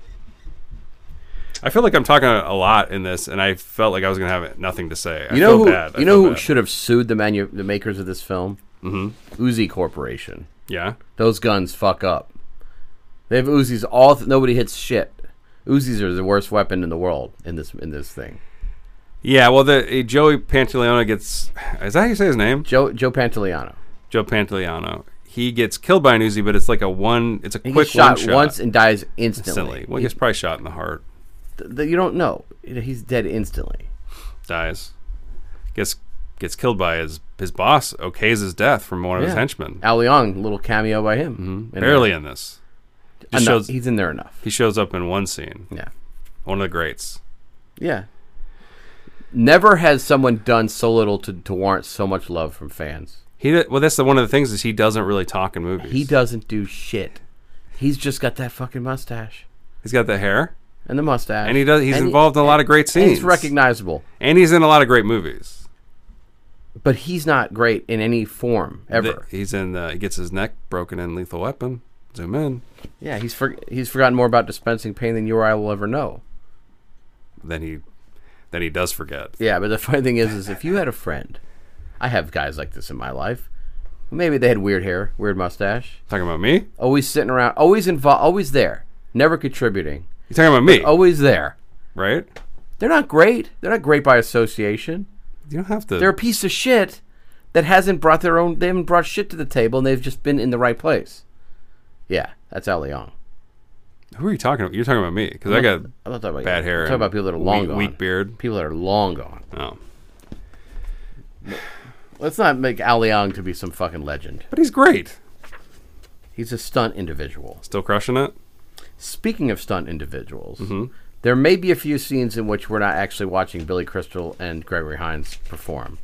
S4: I feel like I'm talking a lot in this, and I felt like I was gonna have nothing to say. I
S3: You know
S4: feel
S3: who?
S4: bad. I
S3: You know
S4: feel
S3: who
S4: bad.
S3: should have sued the manu- the makers of this film? Mm-hmm. Uzi Corporation.
S4: Yeah.
S3: Those guns fuck up. They have Uzis. All th- nobody hits shit. Uzis are the worst weapon in the world in this in this thing.
S4: Yeah. Well, the uh, Joey Pantaleano gets. Is that how you say his name?
S3: Joe Joe Pantoliano.
S4: Joe Pantaleano. He gets killed by an Uzi, but it's like a one. It's a
S3: He
S4: quick
S3: gets shot
S4: one shot.
S3: once and dies instantly.
S4: instantly. Well, he gets probably shot in the heart.
S3: Th- th- you don't know. He's dead instantly.
S4: Dies. Gets gets killed by his his boss okays his death from one of his
S3: Yeah.
S4: henchmen.
S3: Al Leong, little cameo by him. In
S4: Mm-hmm. Barely in this.
S3: there.
S4: Just
S3: Enough.
S4: shows,
S3: He's in there enough.
S4: he shows up in one scene.
S3: Yeah.
S4: One of the greats.
S3: Yeah. Never has someone done so little to, to warrant so much love from fans.
S4: He did, well, that's the, one of the things is he doesn't really talk in movies.
S3: He doesn't do shit. He's just got that fucking mustache
S4: He's got the hair,
S3: and the mustache,
S4: and he does. He's
S3: and he-
S4: involved in a lot of great
S3: and
S4: scenes.
S3: he's recognizable,
S4: and he's in a lot of great movies.
S3: but he's not great in any form ever.
S4: The- he's in. The, he gets his neck broken in Lethal Weapon. Zoom in.
S3: yeah, he's for, he's forgotten more about dispensing pain than you or I will ever know.
S4: Then he, then he does forget.
S3: Yeah, but the funny thing is, is if you had a friend, I have guys like this in my life. Maybe they had weird hair, weird mustache,
S4: Talking about me? You
S3: always sitting around, always involved, always there, never contributing,
S4: talking about me?
S3: always there.
S4: right?
S3: They're not great. They're not great by association.
S4: You don't have to.
S3: They're a piece of shit that hasn't brought their own. They haven't brought shit to the table, and they've just been in the right place. Yeah, that's Al Leong.
S4: who are you talking about? You're talking about me because I got.
S3: I'm not talking about
S4: Bad
S3: you.
S4: hair
S3: I'm talking
S4: and
S3: about people that are long
S4: weak-
S3: gone.
S4: weak beard.
S3: People that are long gone.
S4: Oh.
S3: Let's not make Al Leong to be some fucking legend.
S4: But he's great.
S3: He's a stunt individual.
S4: Still crushing it.
S3: Speaking of stunt individuals,
S4: Mm-hmm.
S3: there may be a few scenes in which we're not actually watching Billy Crystal and Gregory Hines perform.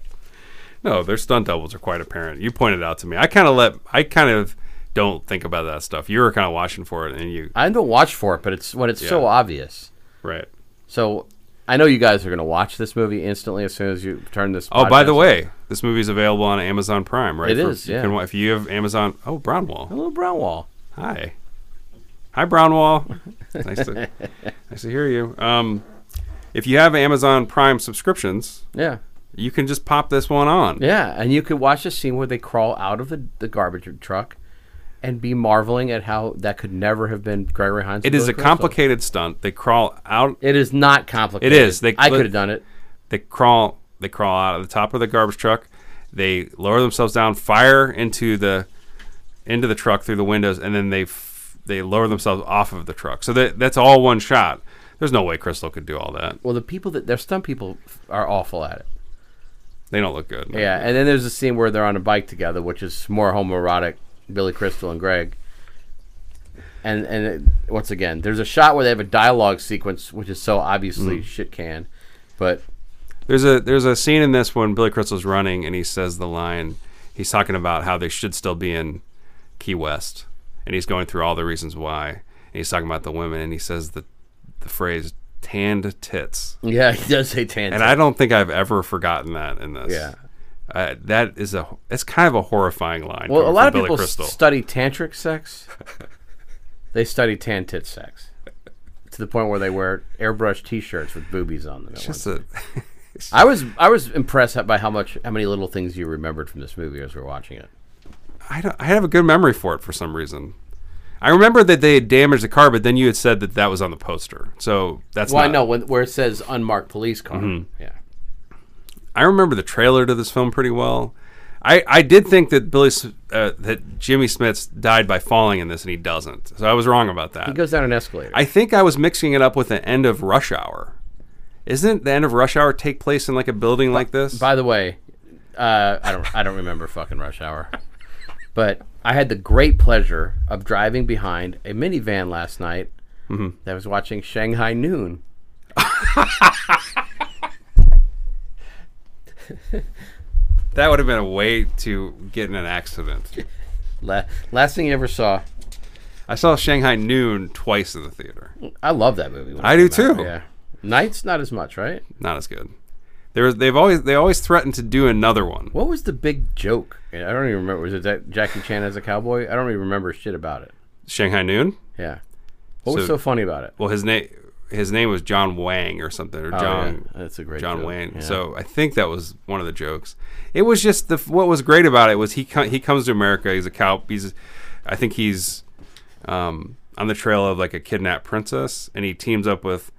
S4: No, their stunt doubles are quite apparent. You pointed out to me. I kind of let. I kind of don't think about that stuff. You were kind of watching for it, and you
S3: I don't watch for it, but it's when it's so
S4: Yeah.
S3: obvious.
S4: right.
S3: So I know you guys are going to watch this movie instantly as soon as you turn this.
S4: Oh, by the
S3: podcast-
S4: way, this movie is available on Amazon Prime, right?
S3: It
S4: It is.
S3: is, yeah.
S4: if you have Amazon, oh Brownwall,
S3: Hello, Brownwall.
S4: hi, hi Brownwall, nice to nice to hear you. Um, if you have Amazon Prime subscriptions,
S3: Yeah,
S4: you can just pop this one on.
S3: yeah, and you could watch a scene where they crawl out of the, the garbage truck, and be marveling at how that could never have been Gregory Hines.
S4: It
S3: and
S4: is
S3: Billy
S4: a
S3: Crystal.
S4: complicated stunt. They crawl out.
S3: It is not complicated.
S4: It is. They-
S3: I could have done it.
S4: They crawl. They crawl out of the top of the garbage truck. They lower themselves down, fire into the into the truck through the windows, and then they f- they lower themselves off of the truck. So that that's all one shot. There's no way Crystal could do all that.
S3: Well, the people that their stunt people f- are awful at it.
S4: They don't look good.
S3: Yeah, and then there's a scene where they're on a bike together, which is more homoerotic. Billy Crystal and Greg. And and it, once again, there's a shot where they have a dialogue sequence, which is so
S4: Hmm.
S3: obviously shit can, but
S4: There's a there's a scene in this when Billy Crystal's running and he says the line. He's talking about how they should still be in Key West, and he's going through all the reasons why. And he's talking about the women, and he says the the phrase "tanned tits,"
S3: yeah, he does say tan.
S4: and I don't think I've ever forgotten that in this.
S3: Yeah.
S4: Uh, that is a it's kind of a horrifying line.
S3: Well, a
S4: coming
S3: lot
S4: from
S3: of
S4: Billy
S3: people
S4: Crystal.
S3: study tantric sex. they study tan tit sex to the point where they wear airbrush T-shirts with boobies on them. at
S4: Just
S3: one-
S4: a-
S3: I was I was impressed by how much how many little things you remembered from this movie as we were watching it.
S4: I don't, I have a good memory for it for some reason. I remember that they had damaged the car, but then you had said that that was on the poster, so that's
S3: Well, I
S4: not-
S3: know when, where it says unmarked police car.
S4: Mm-hmm.
S3: Yeah,
S4: I remember the trailer to this film pretty well. I, I did think that Billy S- uh, that Jimmy Smith died by falling in this, and he doesn't. So I was wrong about that.
S3: he goes down an escalator.
S4: I think I was mixing it up with the end of Rush Hour. Isn't the end of Rush Hour take place in like a building like this?
S3: By the way, uh, I don't I don't remember fucking rush hour, but I had the great pleasure of driving behind a minivan last night
S4: Mm-hmm.
S3: that was watching Shanghai Noon.
S4: that would have been a way to get in an accident.
S3: La- last thing you ever saw.
S4: I saw Shanghai Noon twice in the theater.
S3: I love that movie. when
S4: I
S3: it
S4: do
S3: came out,
S4: too.
S3: Yeah, nights not as much, right?
S4: Not as good. There was, they've always they always threatened to do another one.
S3: What was the big joke? I don't even remember. Was it that Jackie Chan as a cowboy? I don't even remember shit about it.
S4: Shanghai Noon.
S3: Yeah. What was
S4: So-
S3: so funny about it? Oh,
S4: Well, his name his name was John Wang or something or John.
S3: yeah. That's a great
S4: John
S3: joke.
S4: Wayne.
S3: Yeah.
S4: So I think that was one of the jokes. It was just the what was great about it was he co- he comes to America. He's a cow. He's I think he's um, on the trail of like a kidnapped princess, and he teams up with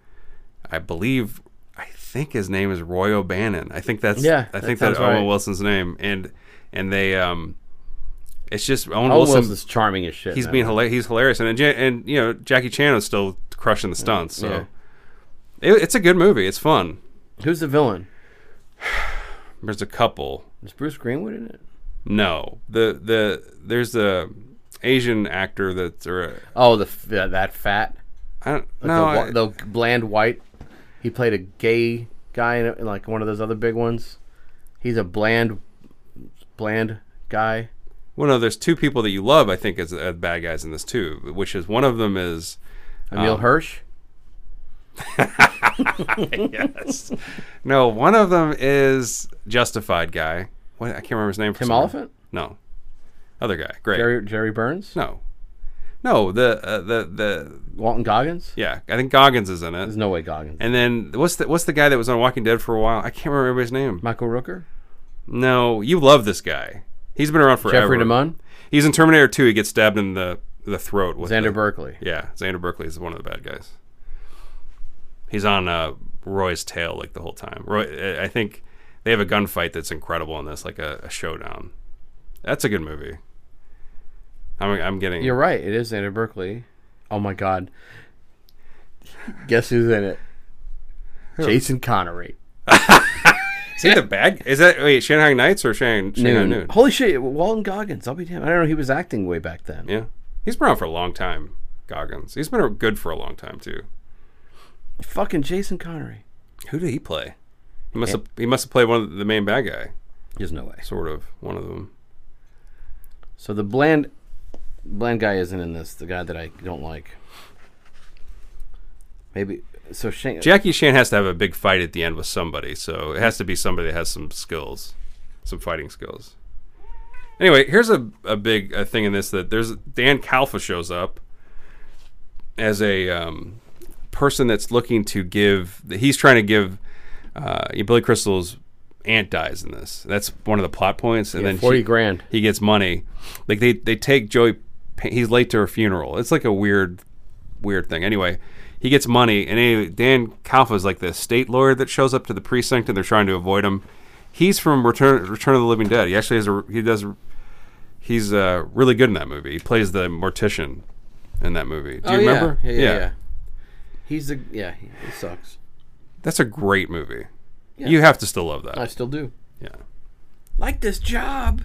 S4: I believe I think his name is Roy O'Bannon. I think that's
S3: Yeah,
S4: I
S3: that
S4: think that's
S3: sounds right.
S4: Owen Wilson's name, and and they um, it's just Owen
S3: Owen
S4: Wilson.
S3: Wilson's charming as shit.
S4: He's
S3: in that
S4: being hila- he's hilarious, and and, Ja- and you know Jackie Chan is still crushing the stunts. So
S3: Yeah.
S4: it, it's a good movie. It's fun.
S3: Who's the villain?
S4: There's a couple.
S3: Is Bruce Greenwood in it?
S4: No, the the there's the Asian actor that's or
S3: Oh, the f- yeah, that fat,
S4: I don't
S3: like
S4: no
S3: the,
S4: I-
S3: wa- the bland white. He played a gay guy in, in like one of those other big ones. He's a bland, bland guy.
S4: Well, no, there's two people that you love, I think, as uh, bad guys in this too, which is one of them is Oh.
S3: Emil Hirsch.
S4: yes, no, one of them is Justified guy. What I can't remember his name. for
S3: Tim
S4: some reason.
S3: Oliphant?
S4: No, other guy. Great.
S3: Jerry Jerry Burns.
S4: No, no, the uh, the the
S3: Walton Goggins.
S4: yeah, I think Goggins is in it.
S3: There's no way Goggins.
S4: And then what's the what's the guy that was on Walking Dead for a while? I can't remember his name.
S3: Michael Rooker.
S4: No, you love this guy. He's been around forever.
S3: Jeffrey DeMunn.
S4: He's in Terminator 2. He gets stabbed in the the throat with
S3: Xander
S4: the-
S3: Berkeley.
S4: Yeah, Xander Berkeley is one of the bad guys. He's on uh, Roy's tail like the whole time. Roy, I- I think they have a gunfight that's incredible in this, like a, a showdown. That's a good movie. I'm, I'm getting.
S3: You're right. It is Xander Berkeley. Oh my God. Guess who's in it? Jason Connery.
S4: Is he the bad? Is that wait Shanghai Knights or Shang Shanghai
S3: Noon.
S4: Noon?
S3: Holy shit! Walton Goggins. I'll be damned. I don't know. He was acting way back then.
S4: Yeah, he's been around for a long time. Goggins. He's been good for a long time too.
S3: Fucking Jason Connery.
S4: Who did he play? He must have. He must have played one of the main bad guy,
S3: There's no way.
S4: sort of one of them.
S3: So the bland, bland guy isn't in this. The guy that I don't like. Maybe so. Shane,
S4: Jackie Chan has to have a big fight at the end with somebody, so it has to be somebody that has some skills, some fighting skills. Anyway, here's a, a big uh thing in this that there's Dan Kalfa shows up as a um, person that's looking to give. He's trying to give uh, Billy Crystal's aunt dies in this. That's one of the plot points, and then
S3: forty
S4: she-
S3: grand.
S4: he gets money. Like they they take Joey. Pa- He's late to her funeral. It's like a weird, weird thing. Anyway, he gets money, and anyway, Dan Kalfa is like the state lawyer that shows up to the precinct, and they're trying to avoid him. He's from Return Return of the Living Dead. He actually has a he does. He's uh, really good in that movie. He plays the mortician in that movie. Do you remember?
S3: Oh, Yeah, yeah, yeah. He's the yeah. He, he sucks.
S4: That's a great movie. You have to still love that.
S3: I still do.
S4: Yeah.
S3: Like this job.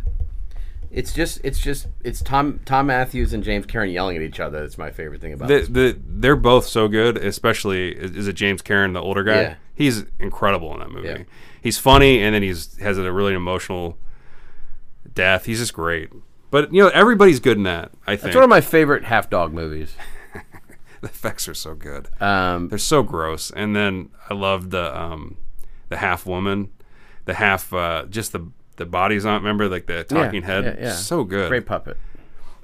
S3: It's just, it's just, it's Tom Tom Matthews and James Karen yelling at each other. That's my favorite thing about
S4: the,
S3: this.
S4: the they're both so good. Especially is is it James Karen, the older guy?
S3: Yeah.
S4: He's incredible in that movie.
S3: Yeah.
S4: He's funny, and then he's has a really emotional death. He's just great. But you know, everybody's good in that. I think
S3: It's one of my favorite half dog movies.
S4: the effects are so good.
S3: Um,
S4: They're so gross. And then I love the um, the half woman, the half uh, just the the bodies on. Remember like the talking head.
S3: yeah, yeah.
S4: So good.
S3: great puppet.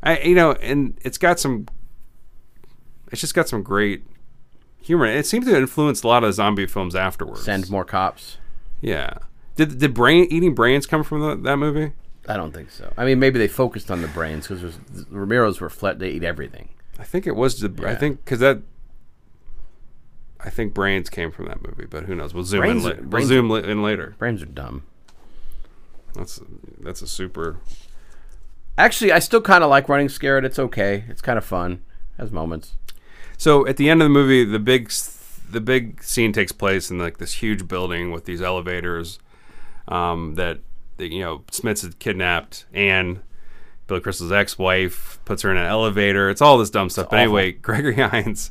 S4: I you know, and it's got some. It's just got some great humor. It seems to influence a lot of zombie films afterwards.
S3: Send more cops.
S4: Yeah. Did did brain eating brains come from the, that movie?
S3: I don't think so. I mean, maybe they focused on the brains because Romero's were flat. They eat everything.
S4: I think it was the. I
S3: Yeah.
S4: think because that. I think brains came from that movie, but who knows? We'll zoom
S3: Brains-
S4: in. La- we'll
S3: brains-
S4: zoom li- in later.
S3: Brains are dumb.
S4: That's that's a super.
S3: Actually, I still kind of like Running Scared. It's okay. It's kind of fun. Has moments.
S4: So at the end of the movie, the big s- the big scene takes place in like this huge building with these elevators. Um, that, that, you know Smith's had kidnapped and Billy Crystal's ex-wife puts her in an elevator. It's all this dumb stuff. but anyway, Gregory Hines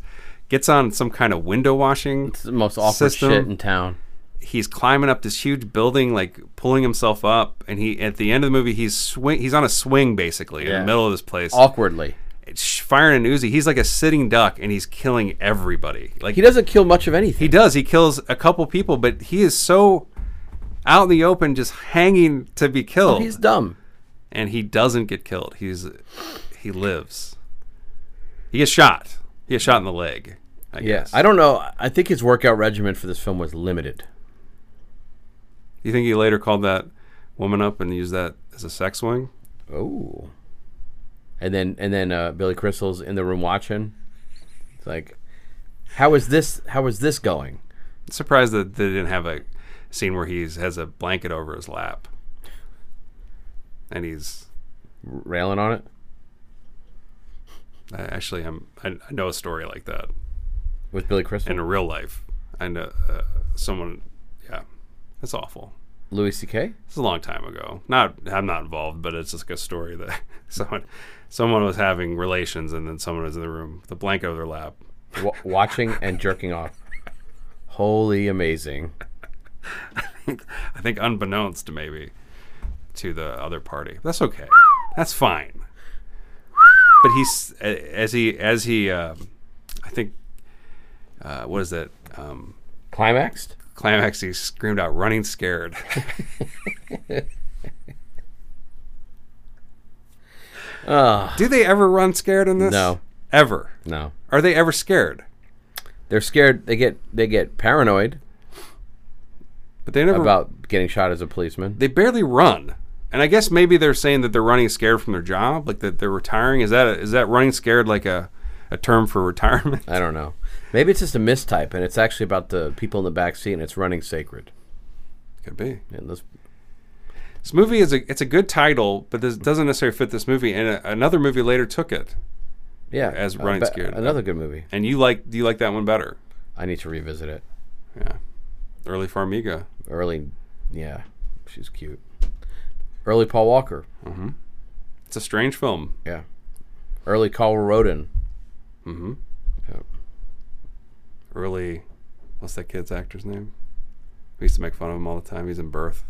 S4: gets on some kind of window washing.
S3: It's the most awkward
S4: System.
S3: shit in town.
S4: he's climbing up this huge building, like pulling himself up, and he at the end of the movie he's swing he's on a swing basically in
S3: Yeah.
S4: the middle of this place,
S3: Awkwardly,
S4: sh- firing an Uzi. He's like a sitting duck, and he's killing everybody. Like
S3: he doesn't kill much of anything.
S4: he does. He kills a couple people, but he is so out in the open, just hanging to be killed,
S3: He's dumb.
S4: and he doesn't get killed. He's he lives. He gets shot. He gets shot in the leg. I
S3: Yeah,
S4: guess.
S3: I don't know. I think his workout regimen for this film was limited.
S4: You think he later called that woman up and used that as a sex swing?
S3: Oh. And then and then uh, Billy Crystal's in the room watching. It's like, how is this? How is this going?
S4: surprised that they didn't have a scene where he's has a blanket over his lap and he's
S3: Railing on it
S4: I actually I'm, I, I know a story like that
S3: with Billy Crystal.
S4: in real life i know uh, someone yeah uh, that's awful
S3: Louis C.K.
S4: It's a long time ago. Not I'm not involved, but it's just like a story that someone someone was having relations and then someone was in the room with a blanket over their lap.
S3: W- watching and jerking off. Holy amazing.
S4: I think unbeknownst maybe to the other party. That's okay. That's fine. But he's a- as he as he um, I think uh, what is that um,
S3: Climaxed?
S4: climax? He screamed out, "Running scared."
S3: Ugh.
S4: Do they ever run scared in this?
S3: Ah. No.
S4: Ever?
S3: no.
S4: Are they ever scared?
S3: They're scared. They get they get paranoid
S4: But they never
S3: about getting shot as a policeman.
S4: they barely run. And I guess maybe they're saying that they're running scared from their job, like that they're retiring. Is that is that running scared like a, a term for retirement?
S3: I don't know. Maybe it's just a mistype, and it's actually about the people in the back seat, and it's running sacred.
S4: Could be.
S3: And this,
S4: This movie is a it's a good title, but this doesn't necessarily fit this movie. And a, another movie later took it.
S3: yeah,
S4: As
S3: uh,
S4: running
S3: ba-
S4: scared.
S3: Another good movie.
S4: And you like you like that one better?
S3: I need to revisit it.
S4: Yeah. Early Farmiga.
S3: Early, yeah, she's cute. Early Paul Walker,
S4: It's a strange film.
S3: yeah. Early Carl Roden.
S4: Early, what's that kid's actor's name? We used to make fun of him all the time. He's in Birth.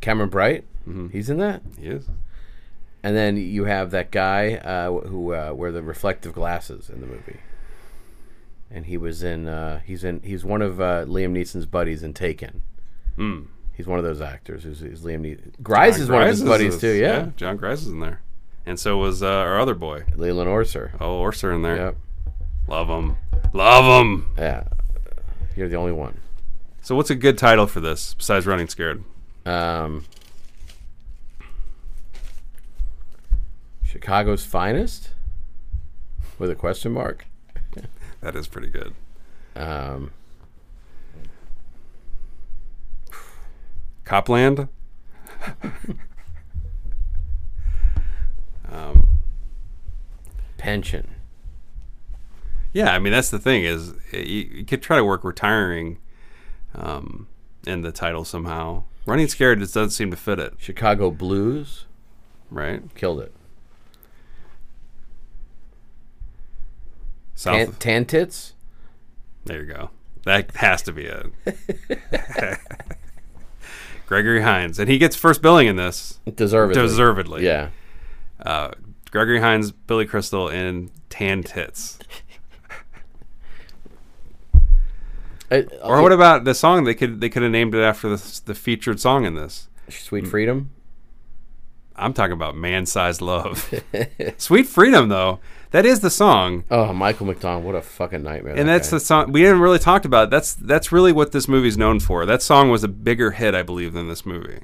S3: Cameron Bright, he's in that.
S4: He is.
S3: And then you have that guy uh, wh- who uh, wear the reflective glasses in the movie, and he was in uh, he's in he's one of uh, Liam Neeson's buddies in Taken. He's one of those actors who's, who's Liam Neeson. Grice is one of his
S4: Grises
S3: buddies
S4: is-
S3: too. Yeah,
S4: John Grice is in there, and so was uh, our other boy.
S3: Leland Orser.
S4: Oh, Orser in there.
S3: Yep.
S4: Love him. Love him.
S3: Yeah, you're the only one.
S4: So what's a good title for this besides Running Scared?
S3: Um, Chicago's finest, with a question mark.
S4: That is pretty good.
S3: Um,
S4: Copland? um,
S3: pension.
S4: yeah, I mean that's the thing is y you could try to work retiring um, in the title somehow. Running Scared just doesn't seem to fit it,
S3: Chicago blues
S4: right?
S3: killed it.
S4: South.
S3: Tan, tan tits.
S4: There you go. That has to be it. Gregory Hines, and he gets first billing in this
S3: Deservedly.
S4: deservedly. Uh,
S3: Yeah.
S4: Gregory Hines, Billy Crystal, and Tan Tits.
S3: I-
S4: Or what about the song? They could they could have named it after the s- the featured song in this.
S3: uh, Sweet Freedom?
S4: I'm talking about man sized love. Sweet freedom though. That is the song.
S3: Oh, Michael McDonald, what a fucking nightmare.
S4: And
S3: that
S4: that's
S3: guy.
S4: the song we haven't really talked about. That's that's really what this movie's known for. That song was a bigger hit, I believe, than this movie.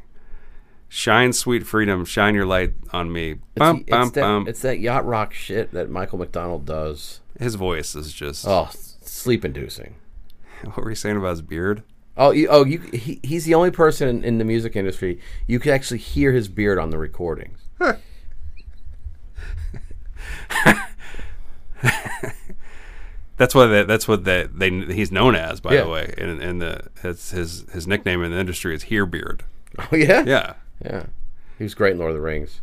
S4: Shine sweet freedom, shine your light on me. Bum,
S3: it's,
S4: bum,
S3: that,
S4: bum.
S3: it's that yacht rock shit that Michael McDonald does.
S4: His voice is just
S3: Oh, s- sleep inducing.
S4: what were you saying about his beard?
S3: Oh, you, oh, you, he, he's the only person in, in the music industry you can actually hear his beard on the recordings.
S4: That's what they, that's what they, they he's known as, by
S3: Yeah.
S4: the way. And and the his, his his nickname in the industry is Here Beard.
S3: Oh yeah,
S4: Yeah.
S3: yeah. He was great in Lord of the Rings.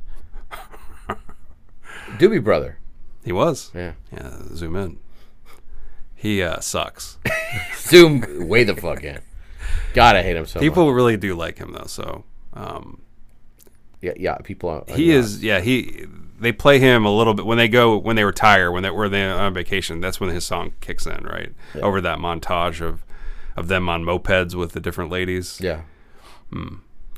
S3: Doobie Brother.
S4: He was.
S3: Yeah.
S4: Yeah, zoom in. He uh, sucks.
S3: Zoom way the fuck in. God, I hate him so much.
S4: People really do like him though, so um,
S3: Yeah, yeah, people. uh, Are,
S4: he is. Yeah, he. They play him a little bit when they go when they retire when they were they on vacation. That's when his song kicks in, right? Over that montage of of them on mopeds with the different ladies.
S3: Yeah.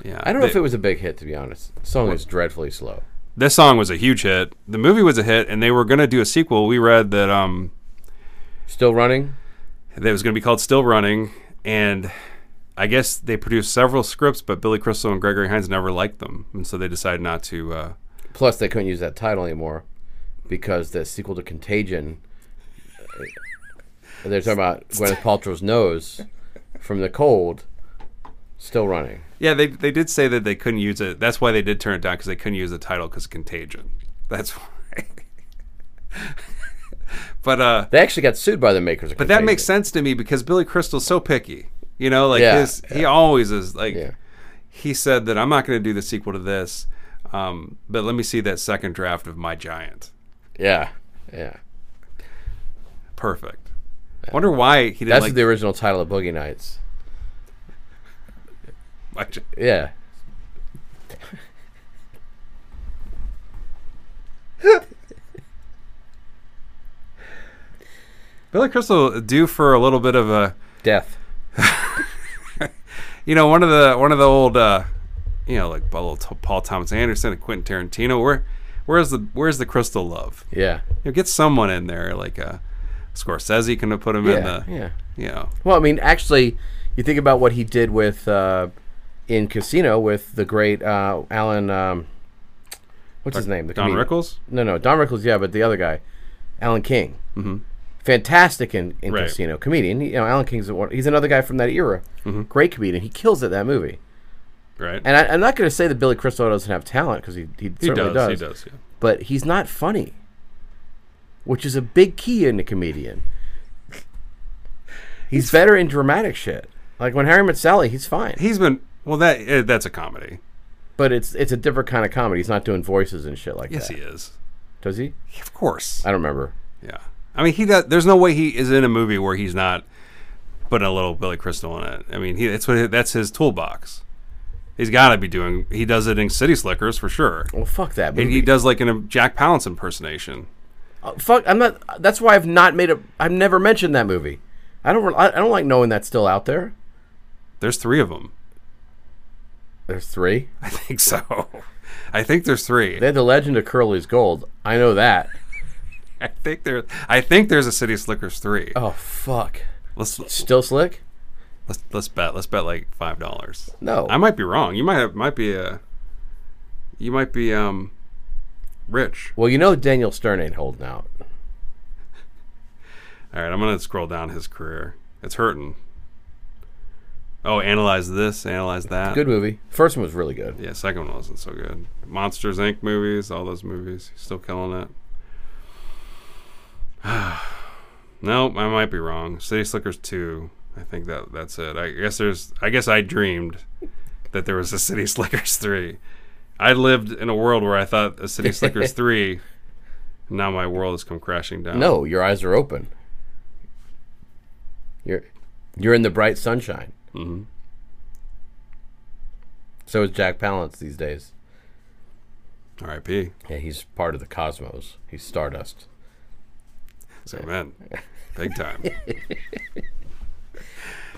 S4: yeah.
S3: I don't know
S4: They-
S3: if it was a big hit to be honest. The song was dreadfully slow.
S4: this song was a huge hit. The movie was a hit, and they were going to do a sequel. We read that um
S3: Still running?
S4: that it was going to be called Still Running, and I guess they produced several scripts, but Billy Crystal and Gregory Hines never liked them, and so they decided not to. Uh,
S3: Plus, they couldn't use that title anymore because the sequel to Contagion, uh, they're talking about Gwyneth Paltrow's nose from the cold, still running.
S4: Yeah, they they did say that they couldn't use it. That's why they did turn it down because they couldn't use the title because Contagion. That's why. but uh,
S3: They actually got sued by the makers. Of
S4: but that makes sense to me because Billy Crystal's so picky. You know, like
S3: Yeah,
S4: his he always is like.
S3: Yeah.
S4: he said that I'm not going to do the sequel to this, um, but let me see that second draft of My Giant.
S3: Yeah, yeah.
S4: Perfect. Wonder why he didn't
S3: That's
S4: like
S3: the original title of Boogie Nights.
S4: My Gi-
S3: Yeah.
S4: Billy Crystal due for a little bit of a
S3: Death.
S4: you know one of the one of the old uh, you know like Paul Paul Thomas Anderson and Quentin Tarantino. Where where's the where's the Crystal love?
S3: Yeah.
S4: You know, get someone in there like a Scorsese can put him in
S3: Yeah.
S4: the
S3: Yeah.
S4: you know
S3: Well, I mean, actually, you think about what he did with uh, in Casino with the great uh, Alan. Um, what's his name? The
S4: Don
S3: comedian.
S4: Rickles.
S3: No, no, Don Rickles. Yeah, but the other guy, Alan King. Mm-hmm. Fantastic in, in
S4: Right.
S3: Casino comedian. You know, Alan King's one, he's another guy from that era.
S4: Mm-hmm.
S3: Great comedian. He kills at that movie.
S4: Right.
S3: And I, I'm not going to say that Billy Crystal doesn't have talent because he he,
S4: he
S3: certainly does,
S4: does, He does. Yeah.
S3: But he's not funny, which is a big key in a comedian. He's, better in dramatic shit. Like when Harry Met Sally, he's fine,
S4: He's been well. That eh, that's a comedy.
S3: but it's it's a different kind of comedy. He's not doing voices and shit like
S4: Yes,
S3: that.
S4: he is.
S3: Does he?
S4: Of course.
S3: I don't remember.
S4: Yeah. I mean, he does, there's no way he is in a movie where he's not putting a little Billy Crystal in it. I mean, he that's what that's his toolbox. He's got to be doing. He does it in City Slickers for sure.
S3: Well, fuck that
S4: And
S3: movie.
S4: he does like an um, Jack Palance impersonation.
S3: Uh, fuck, I'm not. That's why I've not made a. I've never mentioned that movie. I don't. I, I don't like knowing that's still out there.
S4: There's three of them.
S3: There's three.
S4: I think so. I think there's three.
S3: They had the Legend of Curly's Gold. I know that.
S4: I think there. I think there's a City Slickers three.
S3: Oh fuck.
S4: Let's let's
S3: Still slick?
S4: let's bet. Let's bet like five dollars.
S3: No.
S4: I might be wrong. You might have might be a. You might be um, rich.
S3: well, you know Daniel Stern ain't holding out.
S4: All right, I'm gonna scroll down his career. It's hurting. Oh, analyze this, analyze that.
S3: Good movie. First one was really good.
S4: Yeah, second one wasn't so good. Monsters Inc. movies, all those movies, he's still killing it. nope, I might be wrong. City Slickers two. I think that that's it. I guess there's. I guess I dreamed that there was a City Slickers three. I lived in a world where I thought a City Slickers three. Now my world has come crashing down.
S3: No, your eyes are open. You're you're in the bright sunshine. Mm-hmm. So is Jack Palance these days.
S4: R.I.P.
S3: Yeah, he's part of the cosmos. He's Stardust.
S4: So man, big time.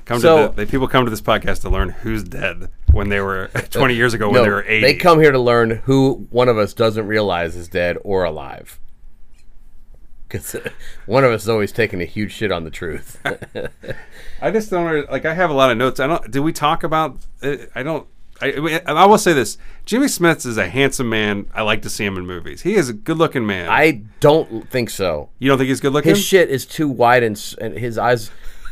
S4: come
S3: So-
S4: to the, they, people come to this podcast to learn who's dead when they were 20 years ago when they were 80.
S3: they come here to learn who one of us doesn't realize is dead or alive. Because one of us is always taking a huge shit on the truth.
S4: I just don't under- like. I have a lot of notes. I don't. Did we talk about? Uh, I don't. I, I mean, I will say this: Jimmy Smith is a handsome man. I like to see him in movies. He is a good-looking man.
S3: I don't think so.
S4: you don't think he's good-looking?
S3: His shit is too wide and, s- and his eyes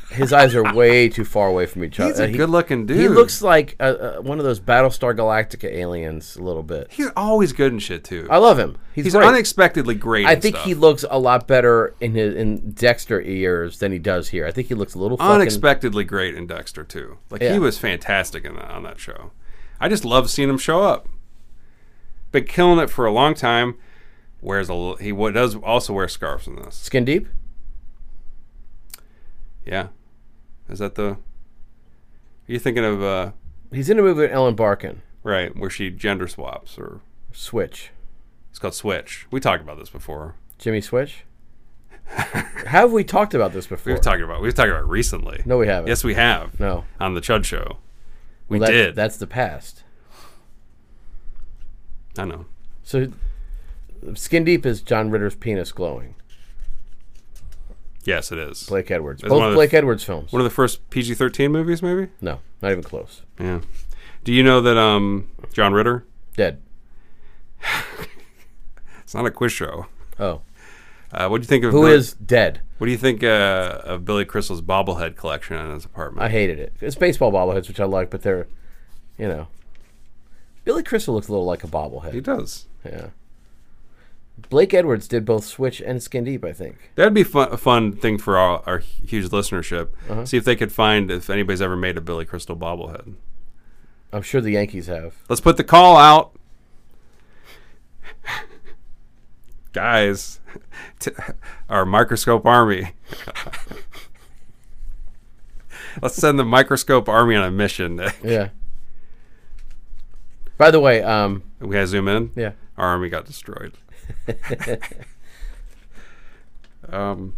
S3: his eyes are way too far away from each other.
S4: He's a
S3: He-
S4: good-looking dude.
S3: He looks like uh, uh, one of those Battlestar Galactica aliens a little bit.
S4: He's always good and shit too.
S3: I love him. Oh, He's,
S4: he's
S3: great.
S4: unexpectedly great.
S3: I
S4: and
S3: think
S4: stuff.
S3: he looks a lot better in his in Dexter ears than he does here. I think he looks a little fucking
S4: unexpectedly great in Dexter too. Like
S3: Yeah.
S4: he was fantastic in that, on that show. I just love seeing him show up. Been killing it for a long time. Wears a l- he wa- does also wear scarves in this.
S3: skin deep.
S4: Yeah, is that the? Are you thinking of uh,
S3: He's in a movie with Ellen Barkin,
S4: right where she gender swaps or
S3: Switch.
S4: it's called Switch? We talked about this before.
S3: Jimmy Switch? have we talked about this before?
S4: We were talking about we were talking about it recently.
S3: No, we haven't.
S4: Yes, we have.
S3: No.
S4: on the Chud Show, we
S3: Well, that-
S4: did.
S3: That's the past.
S4: I know.
S3: So, Skin Deep is John Ritter's penis glowing.
S4: Yes, it is.
S3: Blake Edwards.
S4: one of
S3: Both
S4: the-
S3: Blake Edwards films.
S4: One of the first PG thirteen movies, maybe.
S3: No, not even close.
S4: Yeah. Do you know that um, John Ritter?
S3: Dead.
S4: It's not a quiz show.
S3: Oh.
S4: Uh, what do you think of
S3: who is
S4: Billy-
S3: dead?
S4: What do you think uh, of Billy Crystal's bobblehead collection in his apartment?
S3: I hated it. It's baseball bobbleheads, which I like, but they're, you know. Billy Crystal looks a little like a
S4: he
S3: bobblehead.
S4: does.
S3: Yeah. Blake Edwards did both Switch and Skin Deep, I think.
S4: That'd be fun, a fun thing for our, our
S3: Uh-huh.
S4: huge listenership. See if they could find if anybody's ever made a Billy Crystal bobblehead.
S3: I'm sure the Yankees have.
S4: Let's put the call out. Guys, t- our microscope army. Let's send the microscope army on a mission.
S3: Yeah. By the way, um,
S4: we gotta zoom in.
S3: yeah.
S4: Our army got destroyed. um,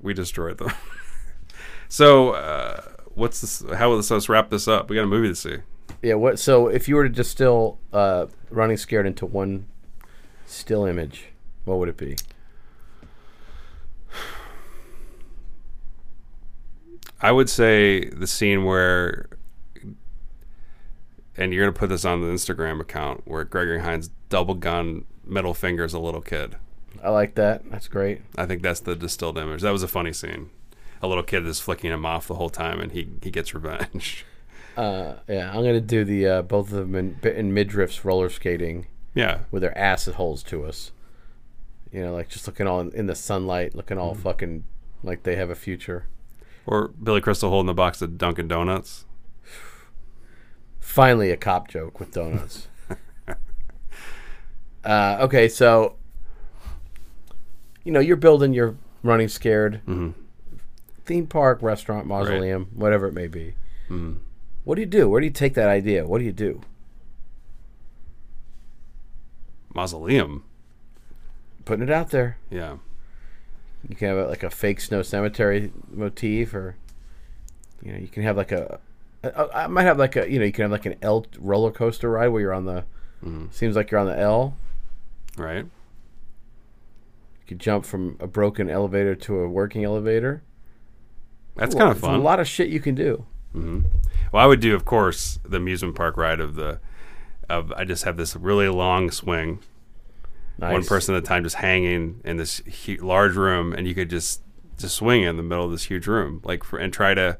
S4: we destroyed them. so, uh, what's this? How will this? Let's wrap this up. We got a movie to see.
S3: Yeah, what so if you were to distill uh running scared into one still image, what would it be?
S4: I would say the scene where, and you're gonna put this on the Instagram account where Gregory Hines double gun middle fingers a little kid.
S3: I like that. That's great.
S4: I think that's the distilled image. That was a funny scene. A little kid is flicking him off the whole time, and he he gets revenge.
S3: Uh yeah, I'm gonna do the uh both of them in, in midriffs roller skating
S4: yeah,
S3: with their assholes to us. You know, like just looking all in, in the sunlight, looking all fucking like they have a future.
S4: or Billy Crystal holding the box of Dunkin' Donuts.
S3: Finally, a cop joke with donuts. uh, okay, so you know you're building your running scared theme park, restaurant, mausoleum, whatever it may be. What do you do? Where do you take that idea? What do you do?
S4: Mausoleum.
S3: Putting it out there.
S4: Yeah,
S3: You can have a, like a fake snow cemetery motif, or you know, you can have like a. I- I I might have like a you know you can have like an L roller coaster ride where you're on the seems like you're on the L
S4: right.
S3: You could jump from a broken elevator to a working elevator.
S4: That's kind of
S3: There's
S4: fun.
S3: A lot of shit you can do.
S4: Well, I would do, of course, the amusement park ride of the of. I just have this really long swing,
S3: Nice.
S4: one person at a time, just hanging in this hu large room, and you could just just swing in the middle of this huge room, like for, and try to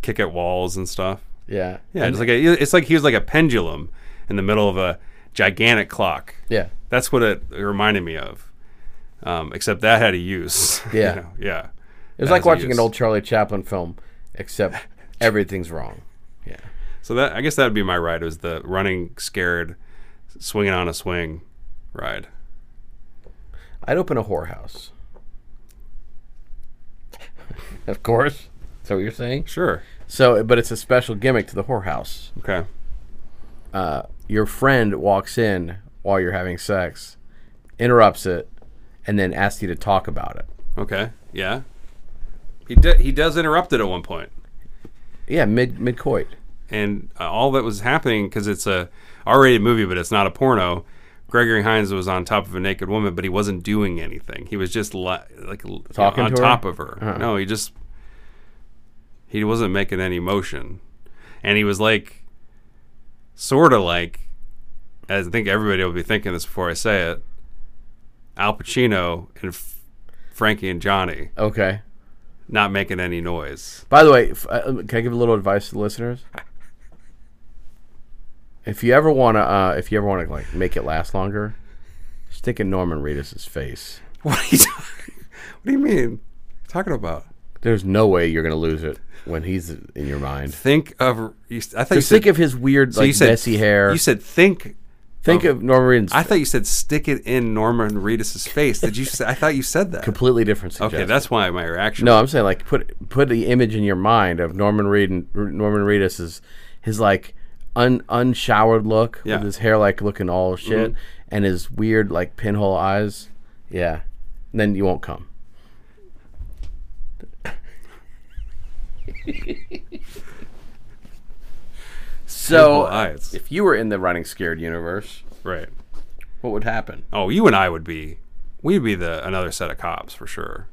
S4: kick at walls and stuff.
S3: Yeah.
S4: Yeah, it's like a, it's like he was like a pendulum in the middle of a gigantic clock.
S3: Yeah.
S4: That's what it reminded me of. Um, except that had a use. you
S3: Yeah.
S4: know, yeah.
S3: It was
S4: That
S3: like
S4: has a
S3: watching
S4: use.
S3: an old Charlie Chaplin film, except everything's wrong. Yeah.
S4: So that I guess that would be my ride was the running scared, swinging on a swing, ride.
S3: I'd open a whorehouse. of course. Is that what you're saying?
S4: Sure.
S3: So, but it's a special gimmick to the whorehouse.
S4: Okay.
S3: Your friend walks in while you're having sex, interrupts it, and then asks you to talk about it.
S4: Okay. Yeah. He did. He does interrupt it at one point,
S3: Yeah, mid mid coit.
S4: and uh, all that was happening because it's a R-rated movie, but it's not a porno. Gregory Hines was on top of a naked woman, but he wasn't doing anything. He was just li- like l-
S3: Talking
S4: on
S3: to her?
S4: top of her. Uh-huh. No, he just he wasn't making any motion, and he was like sort of like I think everybody will be thinking this before I say it. Al Pacino and F- Frankie and Johnny
S3: Okay.
S4: not making any noise.
S3: By the way, if, uh, can I give a little advice to the listeners? If you ever want to, uh, if you ever want to like make it last longer, stick in Norman Reedus' face.
S4: What are you talking? What do you mean? Talking about?
S3: There's no way you're gonna lose it when he's in your mind.
S4: Think of. You, I thought you
S3: Just
S4: said,
S3: think of his weird,
S4: so
S3: like
S4: you said,
S3: messy hair.
S4: You said think.
S3: think of Norman Reedus.
S4: I thought you said stick it in Norman Reedus's face. Did you? Say, I thought you said that.
S3: completely different.
S4: Okay,
S3: suggestion.
S4: that's why my reaction.
S3: no. I'm saying like put put the image in your mind of Norman Reed and R- Norman Reedus' his like un unshowered look
S4: Yeah. Mm-hmm.
S3: with his hair like looking all shit and his weird like pinhole eyes. Yeah, then you won't come.
S4: Pinhole
S3: so
S4: eyes.
S3: if you were in the running scared universe,
S4: right.
S3: what would happen?
S4: Oh, you and I would be. We'd be the another set of cops for sure.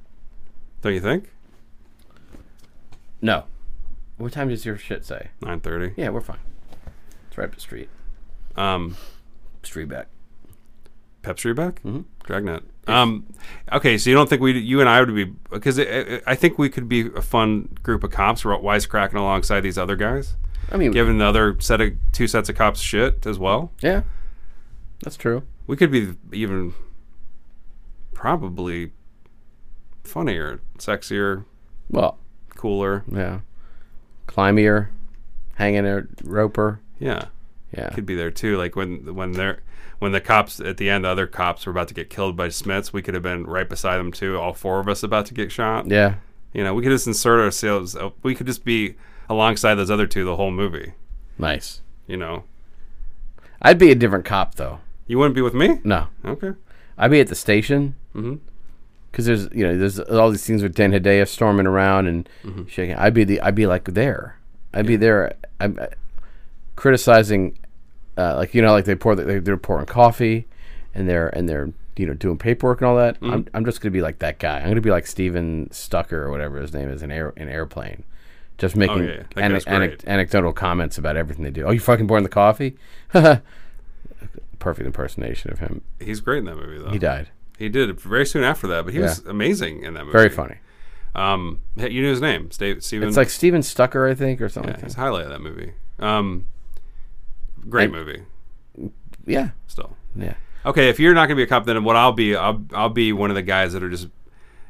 S4: Don't you think?
S3: No. What time does your shit say?
S4: Nine thirty.
S3: Yeah, we're fine. It's right up the street.
S4: Um,
S3: Street back.
S4: Pepsi back. Mm-hmm. Dragnet. Um, okay, so you don't think we, you and I would be because it, it, I think we could be a fun group of cops, ro- wisecracking alongside these other guys.
S3: I mean,
S4: giving the other set of two sets of cops shit as well.
S3: yeah, that's true.
S4: We could be even probably funnier, sexier,
S3: Well,
S4: cooler.
S3: yeah, climbier, hanging a roper.
S4: Yeah.
S3: Yeah.
S4: could be there too. Like when when they're when the cops at the end, the other cops were about to get killed by Smiths, we could have been right beside them too. All four of us about to get shot.
S3: Yeah.
S4: You know, we could just insert ourselves. uh, We could just be alongside those other two the whole movie.
S3: Nice.
S4: You know,
S3: I'd be a different cop though.
S4: you wouldn't be with me.
S3: No,
S4: Okay.
S3: I'd be at the station.
S4: Mhm.
S3: Cause there's you know there's all these scenes with Dan Hedaya storming around and
S4: Mm-hmm.
S3: shaking. I'd be the I'd be like there. I'd be there. I'm uh, criticizing, uh, like you know, like they pour the, they- they're pouring coffee, and they're and they're you know doing paperwork and all that.
S4: Mm-hmm.
S3: I'm I'm just gonna be like that guy. I'm gonna be like Steven Stucker or whatever his name is in air in airplane, just making
S4: Oh, yeah, that
S3: ane-
S4: guy's
S3: ane-
S4: great.
S3: anecdotal comments about everything they do. Oh, you fucking pouring the coffee? Perfect impersonation of him.
S4: He's great in that movie though.
S3: He died.
S4: He did very soon after that, but he was amazing in that movie.
S3: Very funny.
S4: Um, hey, you knew his name, Sta- Steven.
S3: It's like Steven Stucker, I think, or something.
S4: yeah,
S3: like
S4: his
S3: that.
S4: highlight of that movie. Um, great movie.
S3: Yeah,
S4: Still.
S3: yeah.
S4: Okay, if you're not gonna be a cop, then what I'll be, I'll, I'll be one of the guys that are just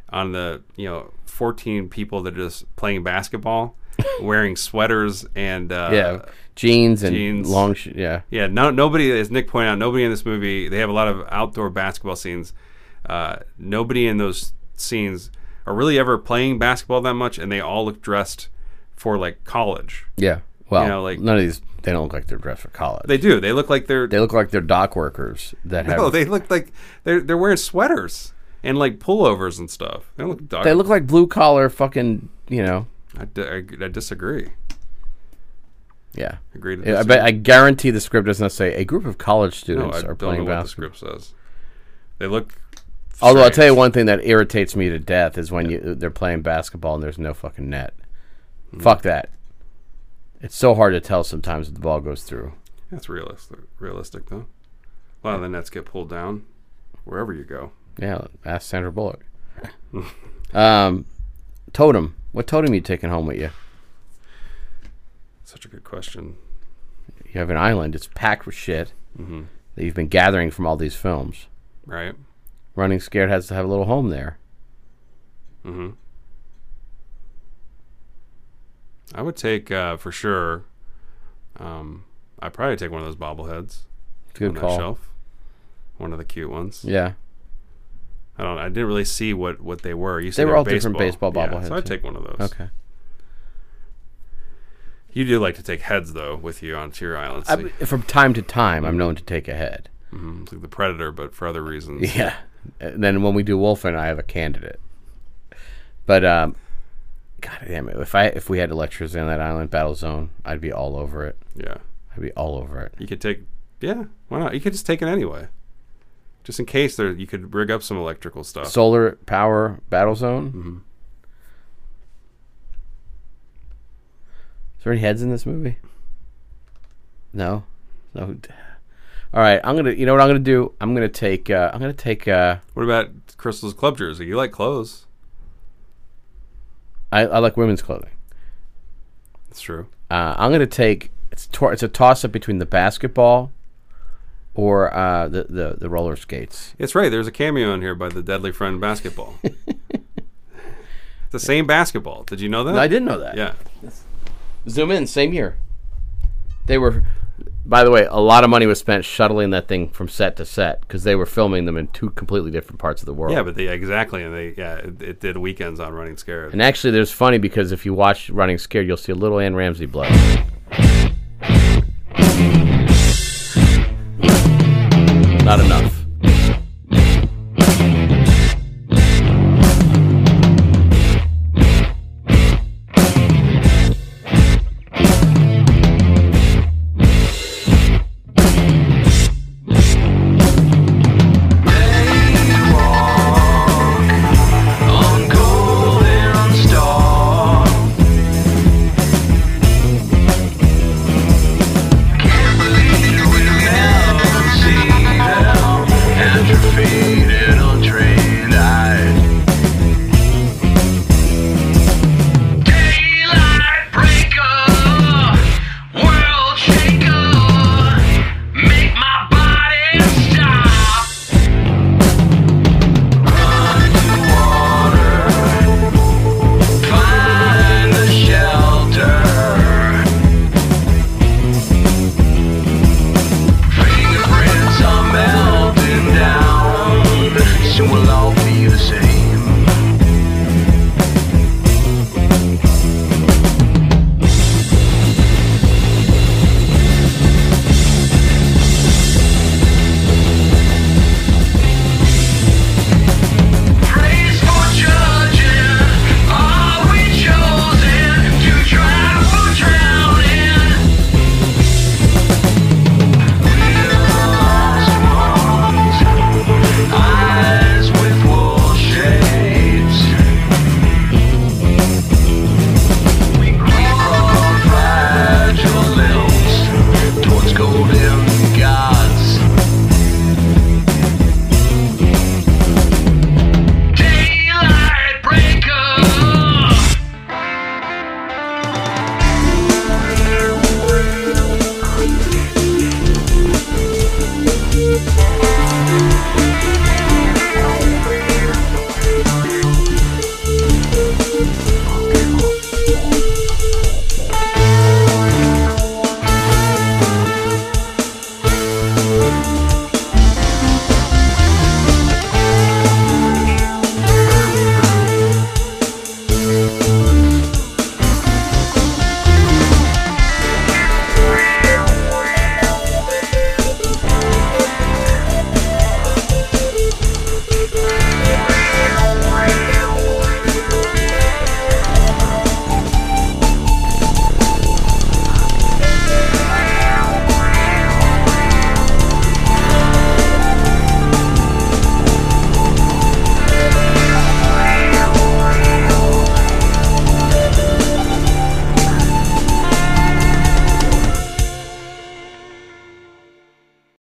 S4: on the, you know, 14 people that are just playing basketball, wearing sweaters and uh,
S3: yeah, jeans and
S4: jeans.
S3: long. Sh- yeah,
S4: yeah. No, nobody, as Nick pointed out, nobody in this movie. They have a lot of outdoor basketball scenes. Uh, nobody in those scenes are really ever playing basketball that much, and they all look dressed for like college.
S3: yeah. Well,
S4: You know, like-
S3: none of these. They don't look like they're dressed for college. They,
S4: They do. They look like they're
S3: look like they're dock workers that have.
S4: No,
S3: they,
S4: they look like they're they're wearing sweaters and like pullovers and stuff. They don't look dark.
S3: look like blue collar fucking. You know.
S4: I, di- I disagree.
S3: Yeah.
S4: Agree to
S3: I
S4: disagree.
S3: bet I guarantee the script does not say a group of college
S4: No,
S3: students
S4: I
S3: are
S4: don't know
S3: playing
S4: what the
S3: basketball.
S4: script says. They look.
S3: Although I'll
S4: strange.
S3: tell you one thing that irritates me to death is when you they're playing basketball and there's no fucking net.
S4: Mm.
S3: Fuck that. It's so hard to tell sometimes if the ball goes through.
S4: That's realistic. Realistic though. A lot of the nets get pulled down wherever you go.
S3: Yeah, ask Sandra Bullock. um, totem. What totem you taking home with you?
S4: Such a good question.
S3: You have an island. It's packed with shit
S4: Mm-hmm.
S3: that you've been gathering from all these films.
S4: Right.
S3: Running Scared has to have a little home there.
S4: I would take uh, for sure. Um, I'd probably take one of those bobbleheads
S3: It's a good
S4: on
S3: call.
S4: that shelf. One of the cute ones.
S3: Yeah,
S4: I don't. I didn't really see what what they were. You said
S3: They were
S4: they're
S3: all different baseball
S4: Yeah,
S3: bobbleheads,
S4: so I'd
S3: yeah.
S4: take one of those.
S3: okay.
S4: You do like to take heads though with you on your island. So
S3: I,
S4: you-
S3: from time to time, I'm known to take a head.
S4: mm, it's like the predator, but for other reasons.
S3: Yeah. And Uh, then when we do Wolfen, I have a candidate. But um, God damn it! If I if we had lectures in that island battle zone, I'd be all over it.
S4: Yeah.
S3: I'd be all over it.
S4: You could take. Yeah. Why not? You could just take it anyway. Just in case there, you could rig up some electrical stuff.
S3: Solar power battle zone. Is there any heads in this movie? No, no. All right, I'm gonna. You know what I'm gonna do? I'm gonna take. Uh, I'm gonna take. Uh,
S4: what about Crystal's club jersey? You like clothes?
S3: I, I like women's clothing.
S4: That's true.
S3: Uh, I'm gonna take. It's tor- it's a toss up between the basketball or uh, the, the the roller skates.
S4: It's right. There's a cameo in here by the Deadly Friend Basketball. the same basketball. Did you know that?
S3: I didn't know that.
S4: Yeah.
S3: Zoom in. Same year. They were. By the way, a lot of money was spent shuttling that thing from set to set because they were filming them in two completely different parts of the world.
S4: Yeah, but they exactly, and they yeah, it, it did weekends on Running Scared.
S3: And actually, there's funny because if you watch Running Scared, you'll see a little Ann Ramsey blood. Not enough.